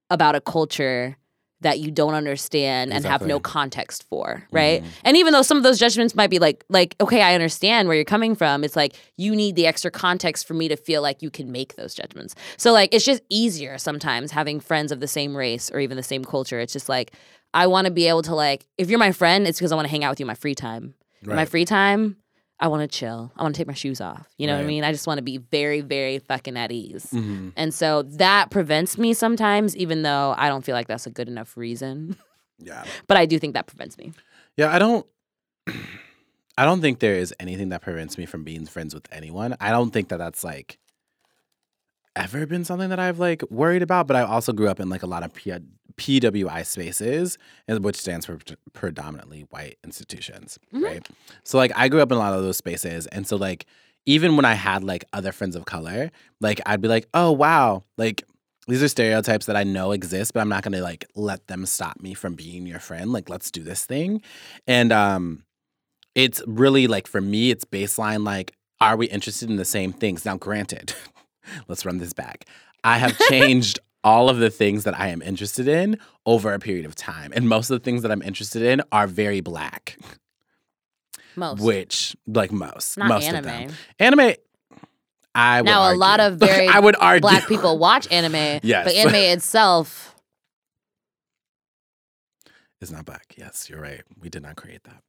Speaker 1: about a culture that you don't understand and have no
Speaker 2: Exactly.
Speaker 1: context for, right?
Speaker 2: Mhm.
Speaker 1: And even though some of those judgments might be like like okay, I understand where you're coming from, it's like you need the extra context for me to feel like you can make those judgments. So like it's just easier sometimes having friends of the same race or even the same culture. It's just like I want to be able to like if you're my friend, it's because I want to hang out with you in my free time. In my
Speaker 2: Right.
Speaker 1: free time, I want to chill. I want to take my shoes off. You know what I
Speaker 2: Right.
Speaker 1: mean? I just want to be very very fucking at ease.
Speaker 2: Mhm.
Speaker 1: And so that prevents me sometimes, even though I don't feel like that's a good enough reason.
Speaker 2: Yeah.
Speaker 1: but I do think that prevents me.
Speaker 2: Yeah, I don't I don't think there is anything that prevents me from being friends with anyone. I don't think that that's like ever been something that I've like worried about, but I also grew up in like a lot of P- PWI spaces, and- which stands for pre- predominantly white institutions,
Speaker 1: Mhm.
Speaker 2: right? So like I grew up in a lot of those spaces, and so like even when I had like other friends of color, like I'd be like, "Oh wow, like these are stereotypes that I know exist, but I'm not gonna like let them stop me from being your friend. Like, let's do this thing. And um it's really like for me, it's baseline like, are we interested in the same things? Now, granted, let's run this back. I have changed all of the things that I am interested in over a period of time. And most of the things that I'm interested in are very black.
Speaker 1: Most.
Speaker 2: Which, like most,
Speaker 1: Not
Speaker 2: most
Speaker 1: anime.
Speaker 2: of them. Anime, I would
Speaker 1: Now, a lot
Speaker 2: argue.
Speaker 1: of very
Speaker 2: I would argue.
Speaker 1: Black people watch anime,
Speaker 2: Yes.
Speaker 1: but anime itself,
Speaker 2: It's not black. Yes, you're right. We did not create that.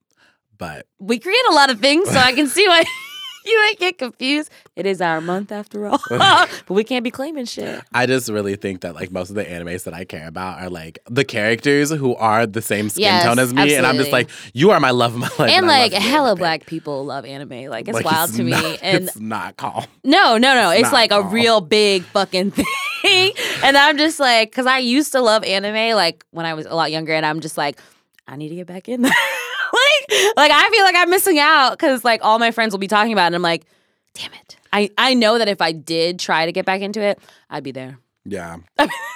Speaker 2: But
Speaker 1: we create a lot of things, so I can see why you might get confused. It is our month after all, but we can't be claiming shit.
Speaker 2: I just really think that like most of the animes that I care about are like the characters who are the same skin
Speaker 1: Yes,
Speaker 2: tone as me. And I'm just like,
Speaker 1: absolutely.
Speaker 2: you are my love of my life.
Speaker 1: and
Speaker 2: I love
Speaker 1: like
Speaker 2: you,
Speaker 1: hella
Speaker 2: everything.
Speaker 1: black people love anime. Like it's
Speaker 2: Like,
Speaker 1: wild to me.
Speaker 2: not-
Speaker 1: And
Speaker 2: it's not calm.
Speaker 1: no, no, no. It's,
Speaker 2: not
Speaker 1: like a
Speaker 2: all.
Speaker 1: real big fucking thing. and I'm just like, cause I used to love anime like when I was a lot younger, and I'm just like, I need to get back in. like, like I feel like I'm missing out because like all my friends will be talking about it, and I'm like, damn it. I, I know that if I did try to get back into it, I'd be there.
Speaker 2: Yeah.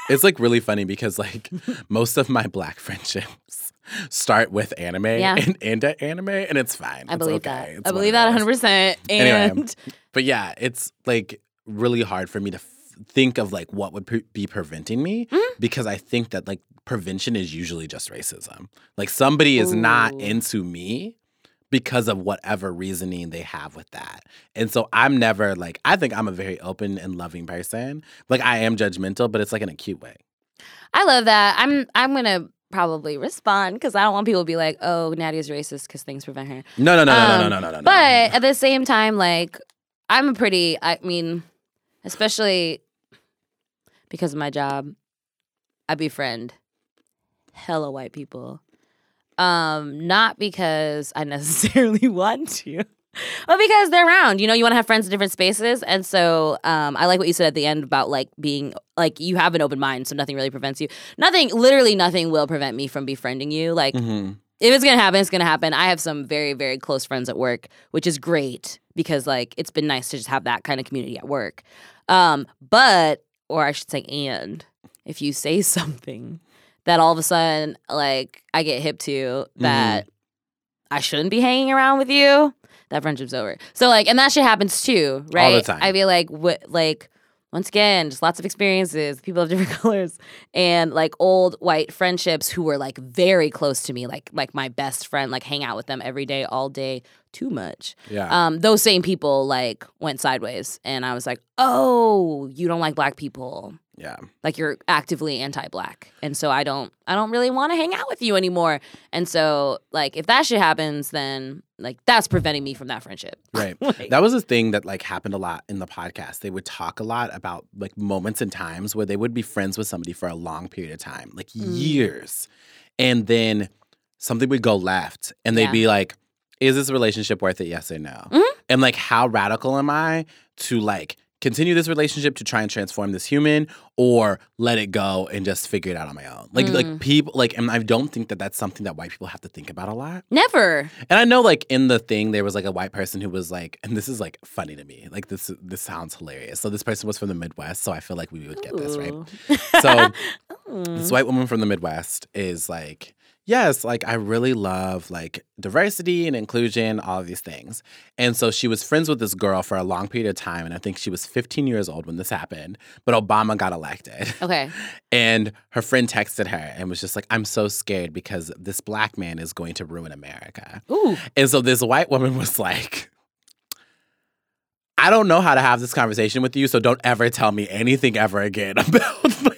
Speaker 2: it's like really funny because like most of my black friendships start with anime
Speaker 1: Yeah.
Speaker 2: and end at anime and it's fine.
Speaker 1: I
Speaker 2: It's
Speaker 1: believe
Speaker 2: okay.
Speaker 1: that.
Speaker 2: It's
Speaker 1: I
Speaker 2: what
Speaker 1: believe
Speaker 2: it
Speaker 1: that
Speaker 2: is.
Speaker 1: 100%. And
Speaker 2: Anyway. But yeah, it's like really hard for me to f- think of like what would pre- be preventing me
Speaker 1: Mm-hmm.
Speaker 2: because I think that like prevention is usually just racism. Like somebody is
Speaker 1: Ooh.
Speaker 2: not into me because of whatever reasoning they have with that. And so I'm never like I think I'm a very open and loving person. Like I am judgmental, but it's like in a cute way.
Speaker 1: I love that. I'm I'm gonna probably respond because I don't want people to be like, oh, Natty's racist because things prevent her.
Speaker 2: No, no, no, no, no,
Speaker 1: Um,
Speaker 2: no, no, no, no.
Speaker 1: But at the same time, like I'm a pretty I mean, especially because of my job, I befriend hella white people. Um, not because I necessarily want to. But because they're around, you know, you want to have friends in different spaces, and so um, I like what you said at the end about like being like you have an open mind, so nothing really prevents you. Nothing, literally, nothing will prevent me from befriending you. Like
Speaker 2: Mhm.
Speaker 1: if it's gonna happen, it's gonna happen. I have some very, very close friends at work, which is great because like it's been nice to just have that kind of community at work. Um, but or I should say, and if you say something that all of a sudden like I get hip to that I shouldn't be hanging around with you, that friendship's over. So like, and that shit happens too, right?
Speaker 2: time.
Speaker 1: I feel like what like once again, just lots of experiences, people of different colors, and like old white friendships who were like very close to me, like like my best friend, like hang out with them every day, all day, too much.
Speaker 2: Yeah.
Speaker 1: Um, those same people like went sideways, and I was like, oh, you don't like black people.
Speaker 2: Yeah.
Speaker 1: like you're actively anti-black and so i don't i don't really want to hang out with you anymore and so like if that shit happens then like that's preventing me from that friendship
Speaker 2: Right.
Speaker 1: Like-
Speaker 2: That was a thing that like happened a lot in the podcast. They would talk a lot about like moments and times where they would be friends with somebody for a long period of time, like
Speaker 1: Mm.
Speaker 2: years. And then something would go left and they'd
Speaker 1: Yeah.
Speaker 2: be like, is this relationship worth it? Yes or no?
Speaker 1: Mhm.
Speaker 2: And like, how radical am I to like continue this relationship to try and transform this human or let it go and just figure it out on my own? Like, like
Speaker 1: Mm.
Speaker 2: people, like, and I don't think that that's something that white people have to think about a lot.
Speaker 1: never
Speaker 2: And I know, like in the thing, there was like a white person who was like, and this is like funny to me. Like this, this sounds hilarious. So this person was from the Midwest, so I feel like we would get this right.
Speaker 1: Ooh.
Speaker 2: So
Speaker 1: Mm.
Speaker 2: this white woman from the Midwest is like, yes, like I really love like diversity and inclusion, all of these things. And so she was friends with this girl for a long period of time, and I think she was 15 years old when this happened. But Obama got elected.
Speaker 1: okay
Speaker 2: And her friend texted her and was just like, I'm so scared because this black man is going to ruin America.
Speaker 1: ooh
Speaker 2: And so this white woman was like, I don't know how to have this conversation with you, so don't ever tell me anything ever again about like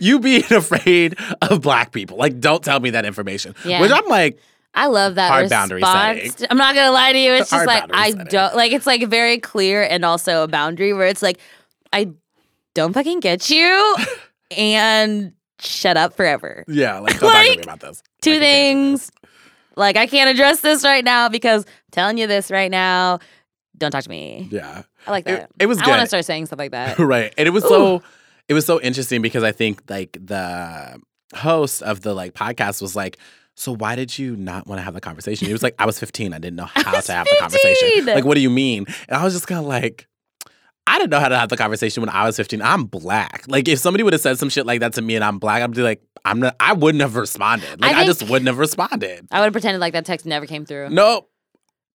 Speaker 2: you being afraid of black people. Like, don't tell me that information.
Speaker 1: Yeah.
Speaker 2: Which I'm like,
Speaker 1: I love that
Speaker 2: Hard boundary
Speaker 1: response.
Speaker 2: setting.
Speaker 1: I'm not gonna lie to you. It's just
Speaker 2: Hard
Speaker 1: like
Speaker 2: boundary
Speaker 1: I
Speaker 2: setting.
Speaker 1: don't like. It's like very clear and also a boundary where it's like I don't fucking get you and shut up forever.
Speaker 2: yeah, like don't talk to me
Speaker 1: Like,
Speaker 2: about this.
Speaker 1: Two
Speaker 2: Like, I can't do
Speaker 1: things. Like I can't address this right now because I'm telling you this right now. Don't talk to me.
Speaker 2: this. Yeah.
Speaker 1: I like
Speaker 2: It-
Speaker 1: that.
Speaker 2: it was
Speaker 1: I want to
Speaker 2: good.
Speaker 1: start saying stuff like that.
Speaker 2: right and it was so it was so interesting because i think like the host of the like podcast was like so why did you not want to have the conversation he was like i was 15 i didn't know how
Speaker 1: was
Speaker 2: to have the conversation
Speaker 1: 15.
Speaker 2: like what do you mean and i was just kind of like I didn't know how to have the conversation when I was 15. I'm black. Like if somebody would have said some shit like that to me and I'm black, I'd be like, I'm not I wouldn't have responded. Like I,
Speaker 1: think-
Speaker 2: just wouldn't have responded.
Speaker 1: I would have pretended like that text never came through.
Speaker 2: No,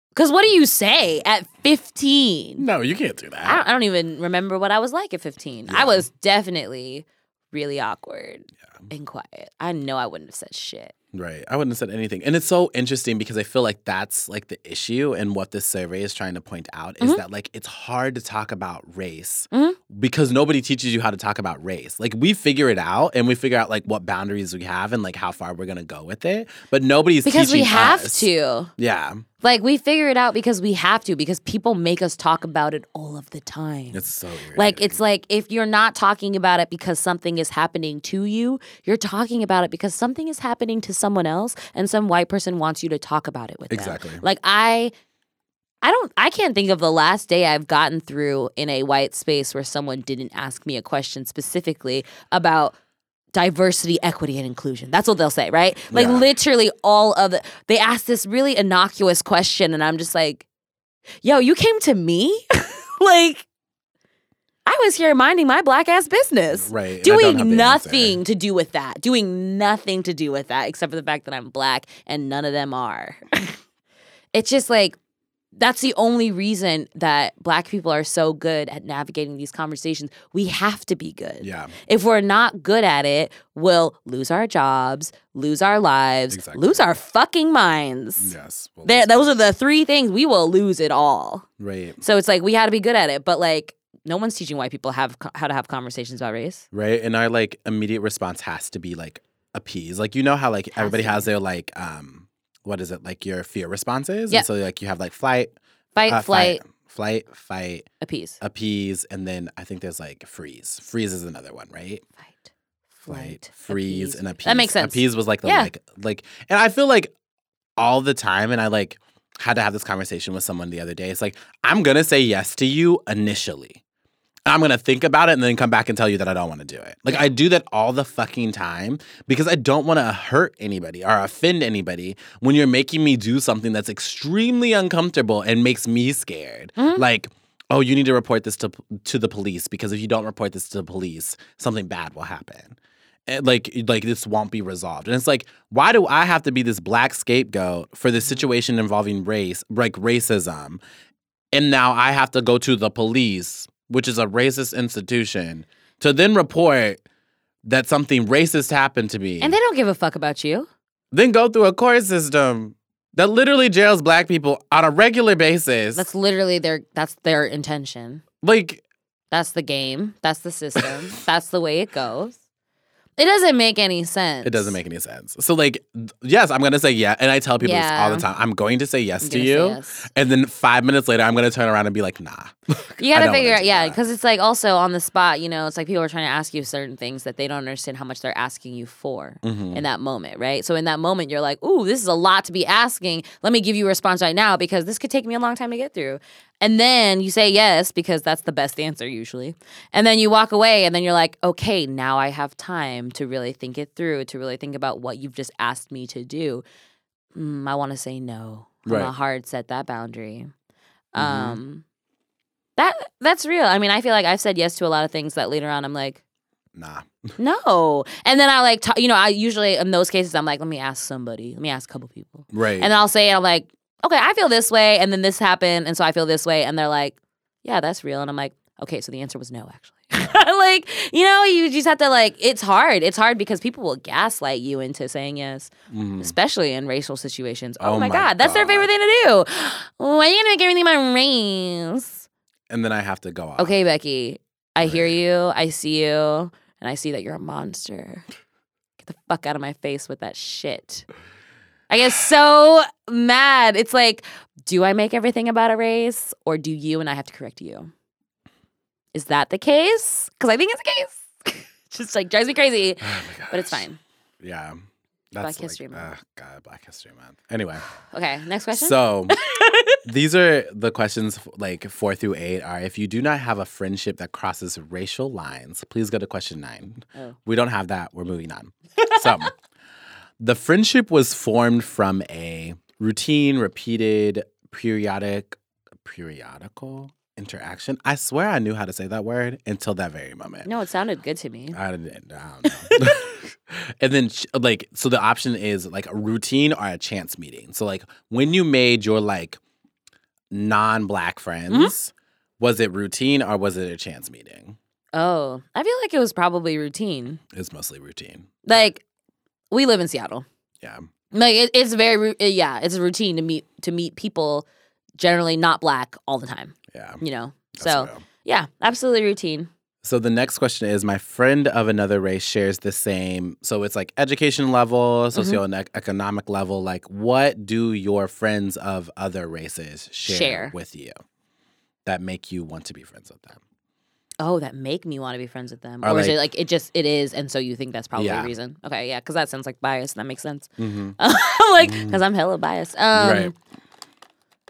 Speaker 1: Because what do you say at 15?
Speaker 2: no, you can't do that.
Speaker 1: I don't, I don't even remember what I was like at 15.
Speaker 2: Yeah.
Speaker 1: I was definitely really awkward and quiet. I know I wouldn't have said shit.
Speaker 2: Right. I wouldn't have said anything. And it's so interesting because I feel like that's like the issue and what this survey is trying to point out is
Speaker 1: Mhm.
Speaker 2: that like it's hard to talk about race
Speaker 1: Mhm.
Speaker 2: because nobody teaches you how to talk about race. Like we figure it out and we figure out like what boundaries we have and like how far we're going to go with it, but nobody's
Speaker 1: Because we
Speaker 2: teaching
Speaker 1: have
Speaker 2: us.
Speaker 1: to.
Speaker 2: Yeah.
Speaker 1: Like, we figure it out because we have to, because people make us talk about it all of the time.
Speaker 2: It's so weird.
Speaker 1: like, it's like if you're not talking about it because something is happening to you, you're talking about it because something is happening to someone else and some white person wants you to talk about it with them.
Speaker 2: Exactly.
Speaker 1: Like I I don't I can't think of the last day I've gotten through in a white space where someone didn't ask me a question specifically about diversity, equity and inclusion. That's what they'll say, right? Like
Speaker 2: Yeah.
Speaker 1: literally all of the they asked this really innocuous question and I'm just like, "Yo, you came to me?" like I was here minding my black ass business
Speaker 2: Right. and I don't have
Speaker 1: doing
Speaker 2: the answer.
Speaker 1: nothing to do with that. Doing nothing to do with that, except for the fact that I'm black and none of them are. it's just like that's the only reason that black people are so good at navigating these conversations. We have to be good.
Speaker 2: Yeah.
Speaker 1: If we're not good at it, we'll lose our jobs, lose our lives,
Speaker 2: Exactly.
Speaker 1: lose our fucking minds.
Speaker 2: Yes. Well,
Speaker 1: There, those are the three things we will lose it all.
Speaker 2: right.
Speaker 1: So it's like we had to be good at it, but like no one's teaching white people have how to have conversations about race.
Speaker 2: right and our like immediate response has to be like appease like you know how like
Speaker 1: has
Speaker 2: everybody
Speaker 1: to
Speaker 2: has their like um what is it like your fear responses
Speaker 1: Yeah.
Speaker 2: and so like you have like flight
Speaker 1: Fight,
Speaker 2: uh,
Speaker 1: flight,
Speaker 2: flight fight
Speaker 1: appease.
Speaker 2: appease and then i think there's like freeze freeze is another one right
Speaker 1: Fight,
Speaker 2: flight
Speaker 1: flight,
Speaker 2: freeze and appease
Speaker 1: That makes sense.
Speaker 2: appease was like the
Speaker 1: Yeah.
Speaker 2: like like and i feel like all the time and i like had to have this conversation with someone the other day it's like i'm gonna say yes to you initially i'm gonna think about it and then come back and tell you that i don't want to do it like i do that all the fucking time because i don't want to hurt anybody or offend anybody when you're making me do something that's extremely uncomfortable and makes me scared
Speaker 1: Mhm.
Speaker 2: like oh you need to report this to to the police because if you don't report this to the police something bad will happen and, like like this won't be resolved and it's like why do i have to be this black scapegoat for this situation involving race like racism and now i have to go to the police which is a racist institution to then report that something racist happened to me
Speaker 1: And they don't give a fuck about you.
Speaker 2: then go through a court system that literally jails black people on a regular basis
Speaker 1: That's literally their that's their intention.
Speaker 2: like
Speaker 1: That's the game. That's the system. That's the way it goes. It doesn't make any sense.
Speaker 2: It doesn't make any sense. So like, th- yes, I'm gonna say yeah, and I tell people this all
Speaker 1: Yeah.
Speaker 2: the time. I'm going to say yes
Speaker 1: I'm
Speaker 2: to
Speaker 1: gonna say
Speaker 2: you,
Speaker 1: yes.
Speaker 2: and then five minutes later, I'm gonna turn around and be like, nah.
Speaker 1: You
Speaker 2: I
Speaker 1: gotta
Speaker 2: don't
Speaker 1: figure
Speaker 2: wanna
Speaker 1: out,
Speaker 2: do
Speaker 1: yeah,
Speaker 2: that.
Speaker 1: because it's like also on the spot. You know, it's like people are trying to ask you certain things that they don't understand how much they're asking you for
Speaker 2: Mhm.
Speaker 1: in that moment, right? So in that moment, you're like, "Ooh, this is a lot to be asking. Let me give you a response right now because this could take me a long time to get through." And then you say yes because that's the best answer usually. And then you walk away, and then you're like, "Okay, now I have time to really think it through, to really think about what you've just asked me to do." Mm, I want to say no. I'm
Speaker 2: Right.
Speaker 1: a hard set that boundary.
Speaker 2: Mhm.
Speaker 1: Um, that that's real. I mean, I feel like I've said yes to a lot of things that later on I'm like,
Speaker 2: Nah.
Speaker 1: no. And then I like, ta- you know, I usually in those cases I'm like, let me ask somebody, let me ask a couple people,
Speaker 2: Right.
Speaker 1: and then I'll say, it, I'm like, okay, I feel this way, and then this happened, and so I feel this way, and they're like, yeah, that's real, and I'm like, okay, so the answer was no, actually. like, you know, you just have to like, it's hard. It's hard because people will gaslight you into saying yes
Speaker 2: Mhm.
Speaker 1: especially in racial situations. Oh,
Speaker 2: Oh
Speaker 1: my
Speaker 2: my
Speaker 1: God, that's their
Speaker 2: God.
Speaker 1: favorite thing to do. Why are you gonna make everything about race?
Speaker 2: And then I have to go off.
Speaker 1: Okay, Becky, I hear you, I see you, and I see that you're a monster. Get the fuck out of my face with that shit. I get so mad. It's like, do I make everything about a race, or do you and I have to correct you? Is that the case? Because I think it's the case. Just like drives me crazy,
Speaker 2: Oh my gosh.
Speaker 1: but it's fine.
Speaker 2: Yeah. That's
Speaker 1: Black
Speaker 2: like,
Speaker 1: History Month.
Speaker 2: ugh, God, Black History Month. Anyway,
Speaker 1: Okay, next question.
Speaker 2: so these are the questions f- like four through eight are if you do not have a friendship that crosses racial lines, please go to question nine.
Speaker 1: Oh.
Speaker 2: We don't have that. We're moving on. So the friendship was formed from a routine, repeated, periodic, periodical interaction. I swear I knew how to say that word until that very moment.
Speaker 1: no, it sounded good to me.
Speaker 2: I don't, I don't know. and then, ch- like, so the option is like a routine or a chance meeting. So, like, when you made your like non-black
Speaker 1: Mm-hmm.
Speaker 2: friends, was it routine or was it a chance meeting?
Speaker 1: Oh, I feel like it was probably routine.
Speaker 2: It's mostly routine.
Speaker 1: Like we live in Seattle.
Speaker 2: Yeah.
Speaker 1: Like it, it's very ru- uh, yeah, it's a routine to meet to meet people generally not black all the time,
Speaker 2: Yeah.
Speaker 1: you know.
Speaker 2: that's
Speaker 1: So,
Speaker 2: real.
Speaker 1: yeah, absolutely routine.
Speaker 2: So the next question is my friend of another race shares the same. So it's like education level,
Speaker 1: Mm-hmm.
Speaker 2: socioeconomic level. Like, what do your friends of other races share,
Speaker 1: Share.
Speaker 2: with you that make you want to be friends with them?
Speaker 1: Oh, that make me want to be friends with them.
Speaker 2: Or
Speaker 1: Or, is it
Speaker 2: like-
Speaker 1: like it just it is and so you think that's probably
Speaker 2: Yeah.
Speaker 1: a reason. Okay, yeah, cuz that sounds like bias. That makes sense.
Speaker 2: Mm-hmm.
Speaker 1: Um, like cuz I'm hella biased. Um
Speaker 2: right.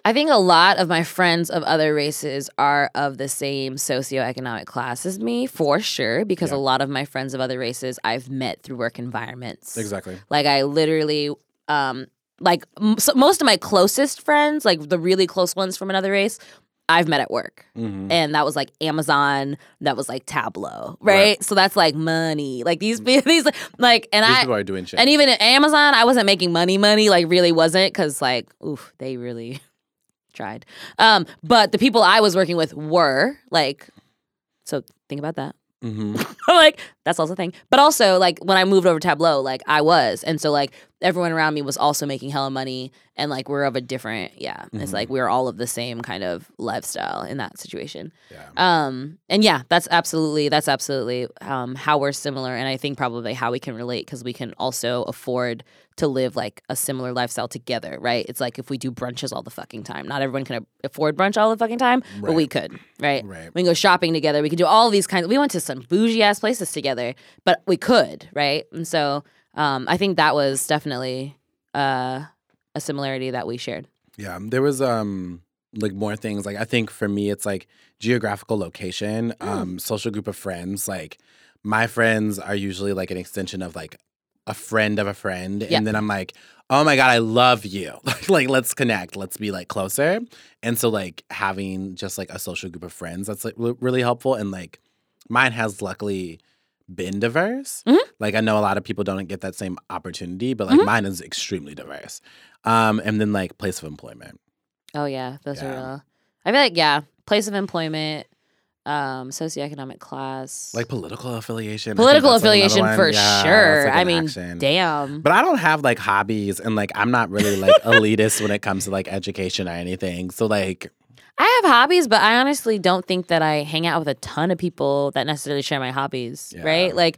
Speaker 1: I think a lot of my friends of other races are of the same socioeconomic class as me, for sure, because
Speaker 2: Yeah.
Speaker 1: a lot of my friends of other races I've met through work environments.
Speaker 2: Exactly.
Speaker 1: Like I literally, um, like m- so most of my closest friends, like the really close ones from another race, I've met at work.
Speaker 2: hmm
Speaker 1: And that was like Amazon, that was like Tableau, right?
Speaker 2: Right. Mm.
Speaker 1: So that's like money. Like these, pe- these, like, and
Speaker 2: These
Speaker 1: I,
Speaker 2: people are doing shit.
Speaker 1: and even at Amazon, I wasn't making money, money, like really wasn't, because like, oof, they really tried. Um, but the people I was working with were like, so think about that.
Speaker 2: hmm
Speaker 1: like, that's also a thing. But also, like, when I moved over to Tableau, like, I was. And so, like, everyone around me was also making hella money. And, like, we're of a different, yeah. It's
Speaker 2: Mhm.
Speaker 1: like we're all of the same kind of lifestyle in that situation.
Speaker 2: Yeah.
Speaker 1: Um, and yeah, that's absolutely that's absolutely um, how we're similar, and I think probably how we can relate because we can also afford to live like a similar lifestyle together, right? It's like if we do brunches all the fucking time, not everyone can a- afford brunch all the fucking time, but we
Speaker 2: Right.
Speaker 1: could, right?
Speaker 2: Right.
Speaker 1: We can go shopping together. We can do all these kinds. We went to some bougie ass places together, but we could, right? And so um, I think that was definitely uh, a similarity that we shared.
Speaker 2: Yeah. There was um like more things. Like I think for me it's like geographical location, um, social group of friends. Like my friends are usually like an extension of like a friend of a friend.
Speaker 1: Yeah.
Speaker 2: And then I'm like, oh my God, I love you. like, like let's connect. Let's be like closer. And so like having just like a social group of friends, that's like re- really helpful. And like mine has luckily been diverse.
Speaker 1: Mhm.
Speaker 2: Like I know a lot of people don't get that same opportunity, but like
Speaker 1: Mhm.
Speaker 2: mine is extremely diverse. Um, and then like place of employment.
Speaker 1: Oh yeah, those are
Speaker 2: Yeah.
Speaker 1: real. I feel like yeah, place of employment, um, socioeconomic class,
Speaker 2: Like political affiliation. I think
Speaker 1: political
Speaker 2: that's, like, another
Speaker 1: affiliation
Speaker 2: one.
Speaker 1: for
Speaker 2: Yeah, that's,
Speaker 1: sure.
Speaker 2: like,
Speaker 1: I
Speaker 2: an
Speaker 1: mean,
Speaker 2: action.
Speaker 1: damn.
Speaker 2: But I don't have like hobbies and like I'm not really like elitist when it comes to like education or anything. So like
Speaker 1: I I have hobbies, but I honestly don't think that I hang out with a ton of people that necessarily share my hobbies,
Speaker 2: Yeah.
Speaker 1: right? Like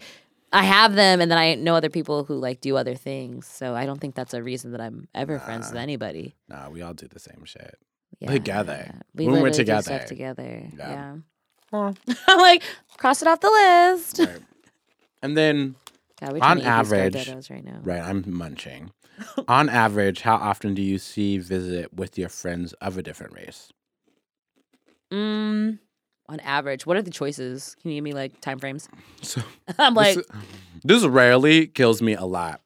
Speaker 1: I have them and then I know other people who like do other things. So I don't think that's a reason that I'm ever friends with
Speaker 2: Nah.
Speaker 1: anybody.
Speaker 2: Nah, we all do the same shit.
Speaker 1: Yeah,
Speaker 2: Together.
Speaker 1: yeah. We
Speaker 2: When we're
Speaker 1: literally do stuff
Speaker 2: together.
Speaker 1: together.
Speaker 2: Yeah.
Speaker 1: Yeah.
Speaker 2: Huh.
Speaker 1: I'm like, cross it off the list.
Speaker 2: Right. and then,
Speaker 1: God, we're
Speaker 2: On
Speaker 1: trying to eat these
Speaker 2: average-
Speaker 1: Doritos right now.
Speaker 2: right, I'm munching. On average, how often do you see visit with your friends of a different race?
Speaker 1: Mm, on average, what are the choices? Can you give me like time frames?
Speaker 2: So
Speaker 1: I'm like,
Speaker 2: this, this rarely kills me a lot.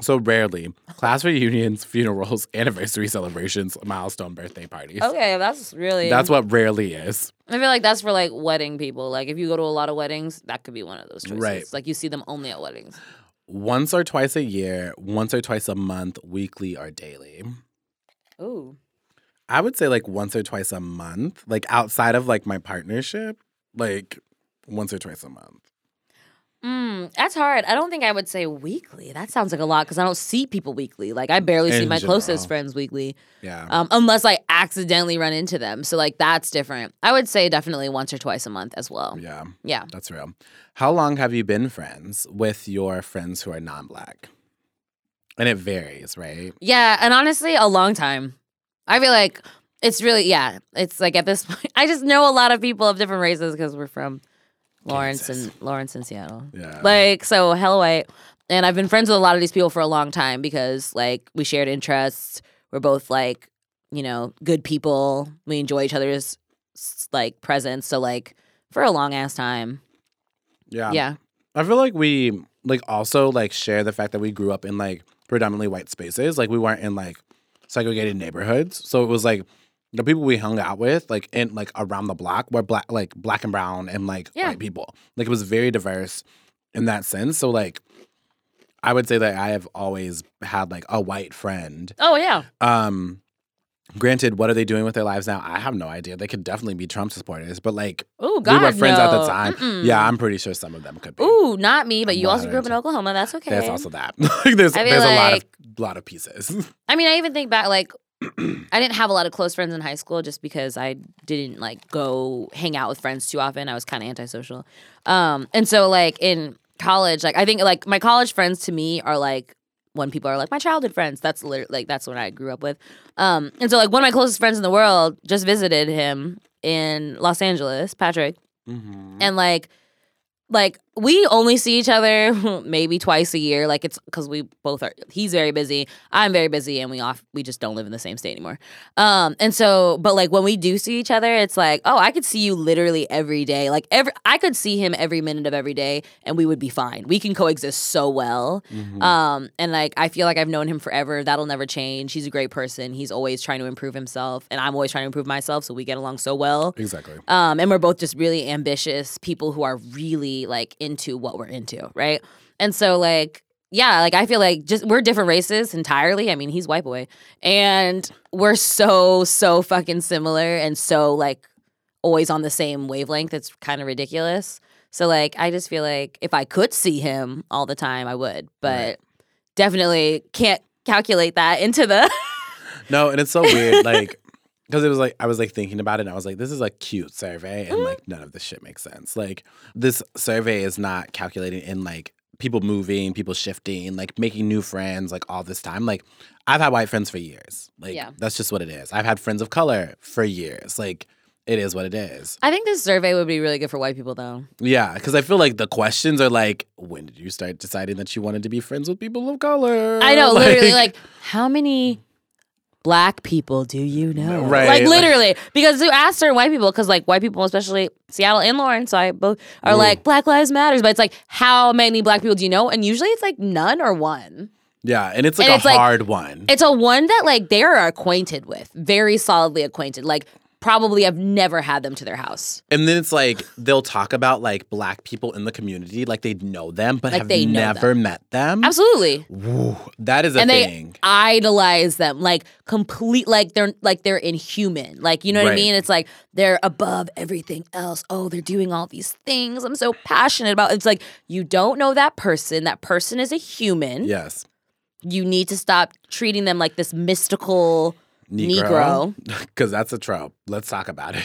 Speaker 2: So rarely, class reunions, funerals, anniversary celebrations, milestone birthday parties.
Speaker 1: okay, that's really
Speaker 2: That's what rarely is.
Speaker 1: I feel like that's for like wedding people. Like if you go to a lot of weddings, that could be one of those choices.
Speaker 2: Right.
Speaker 1: Like you see them only at weddings.
Speaker 2: Once or twice a year, once or twice a month, weekly or daily.
Speaker 1: Ooh.
Speaker 2: I would say like once or twice a month, like outside of like my partnership, like once or twice a month.
Speaker 1: Mm, that's hard. I don't think I would say weekly. That sounds like a lot because I don't see people weekly. Like I barely see
Speaker 2: In
Speaker 1: my
Speaker 2: general.
Speaker 1: closest friends weekly,
Speaker 2: Yeah.
Speaker 1: um, unless I accidentally run into them. So like that's different. I would say definitely once or twice a month as well.
Speaker 2: yeah,
Speaker 1: Yeah.
Speaker 2: that's real. How long have you been friends with your friends who are non black? And it varies, right?
Speaker 1: Yeah, and honestly, a long time. I feel like it's really yeah. It's like at this point, I just know a lot of people of different races because we're from Lawrence
Speaker 2: Kansas.
Speaker 1: and Lawrence and Seattle.
Speaker 2: Yeah.
Speaker 1: Like so, hella white. And I've been friends with a lot of these people for a long time because like we shared interests. We're both like you know good people. We enjoy each other's s- like presence. So like for a long ass time.
Speaker 2: yeah.
Speaker 1: Yeah.
Speaker 2: I feel like we like also like share the fact that we grew up in like predominantly white spaces. Like we weren't in like segregated neighborhoods. So it was like the people we hung out with, like in like around the block were black like black and brown and like
Speaker 1: Yeah.
Speaker 2: white people. Like it was very diverse in that sense. So like I would say that I have always had like a white friend.
Speaker 1: Oh yeah.
Speaker 2: Um granted, what are they doing with their lives now? I have no idea. They could definitely be Trump supporters, but like
Speaker 1: Oh God.
Speaker 2: we were friends at the
Speaker 1: no.
Speaker 2: time.
Speaker 1: Mm-mm.
Speaker 2: Yeah, I'm pretty sure some of them could be.
Speaker 1: Ooh, not me, but
Speaker 2: I'm
Speaker 1: you also grew up
Speaker 2: moderate.
Speaker 1: in Oklahoma. That's okay.
Speaker 2: There's also that. Like, there's
Speaker 1: I feel
Speaker 2: there's a lot of lot of pieces.
Speaker 1: I mean, I even think back like I didn't have a lot of close friends in high school just because I didn't like go hang out with friends too often. I was kind of antisocial. Um and so like in college, like I think like my college friends to me are like when people are like my childhood friends. That's literally like that's when I grew up with. Um and so like one of my closest friends in the world just visited him in Los Angeles, Patrick,
Speaker 2: Mm-hmm,
Speaker 1: and like like we only see each other maybe twice a year like it's because we both are he's very busy i'm very busy and we off we just don't live in the same state anymore um and so but like when we do see each other it's like oh i could see you literally every day like every i could see him every minute of every day and we would be fine we can coexist so well
Speaker 2: mm-hmm. Mm.
Speaker 1: um, and like I feel like I've known him forever. That'll never change. He's a great person. He's always trying to improve himself, and I'm always trying to improve myself. So we get along so well.
Speaker 2: exactly.
Speaker 1: Um, and we're both just really ambitious people who are really like into what we're into, right? And so like yeah, like I feel like just we're different races entirely. I mean, he's white boy, and we're so so fucking similar and so like always on the same wavelength. It's kind of ridiculous. So like I just feel like if I could see him all the time, I would, but
Speaker 2: Right.
Speaker 1: definitely can't calculate that into the
Speaker 2: No, and it's so weird, like because it was like I was like thinking about it, and I was like, this is a cute survey,
Speaker 1: Mm-hmm.
Speaker 2: and like none of this shit makes sense. Like this survey is not calculating in like people moving, people shifting, like making new friends, like all this time. Like I've had white friends for years. Like
Speaker 1: Yeah.
Speaker 2: that's just what it is. I've had friends of color for years. Like it is what it is.
Speaker 1: I think this survey would be really good for white people though.
Speaker 2: Yeah, because I feel like the questions are like, when did you start deciding that you wanted to be friends with people of color?
Speaker 1: I know, literally, like how many black people do you know?
Speaker 2: Right,
Speaker 1: Like
Speaker 2: like-
Speaker 1: literally, because you ask certain white people, because like white people, especially Seattle and Lawrence, so I both are
Speaker 2: Ooh.
Speaker 1: like Black Lives Matters, but it's like how many black people do you know? And usually it's like none or one.
Speaker 2: yeah, and it's like
Speaker 1: and
Speaker 2: a
Speaker 1: it's, like-
Speaker 2: hard one.
Speaker 1: It's a one that like they are acquainted with, very solidly acquainted. Like probably I've never had them to their house.
Speaker 2: And then it's like they'll talk about like black people in the community, like they know them, but
Speaker 1: Like,
Speaker 2: have
Speaker 1: they know
Speaker 2: never met them.
Speaker 1: Absolutely.
Speaker 2: Woo, that is a
Speaker 1: and
Speaker 2: thing.
Speaker 1: they idolize them like complete like they're like they're inhuman like you know what i
Speaker 2: Right.
Speaker 1: mean it's like they're above everything else oh they're doing all these things i'm so passionate about it's like you don't know that person that person is a human
Speaker 2: yes.
Speaker 1: you need to stop treating them like this mystical
Speaker 2: Negro. Because that's a trope. Let's talk about it.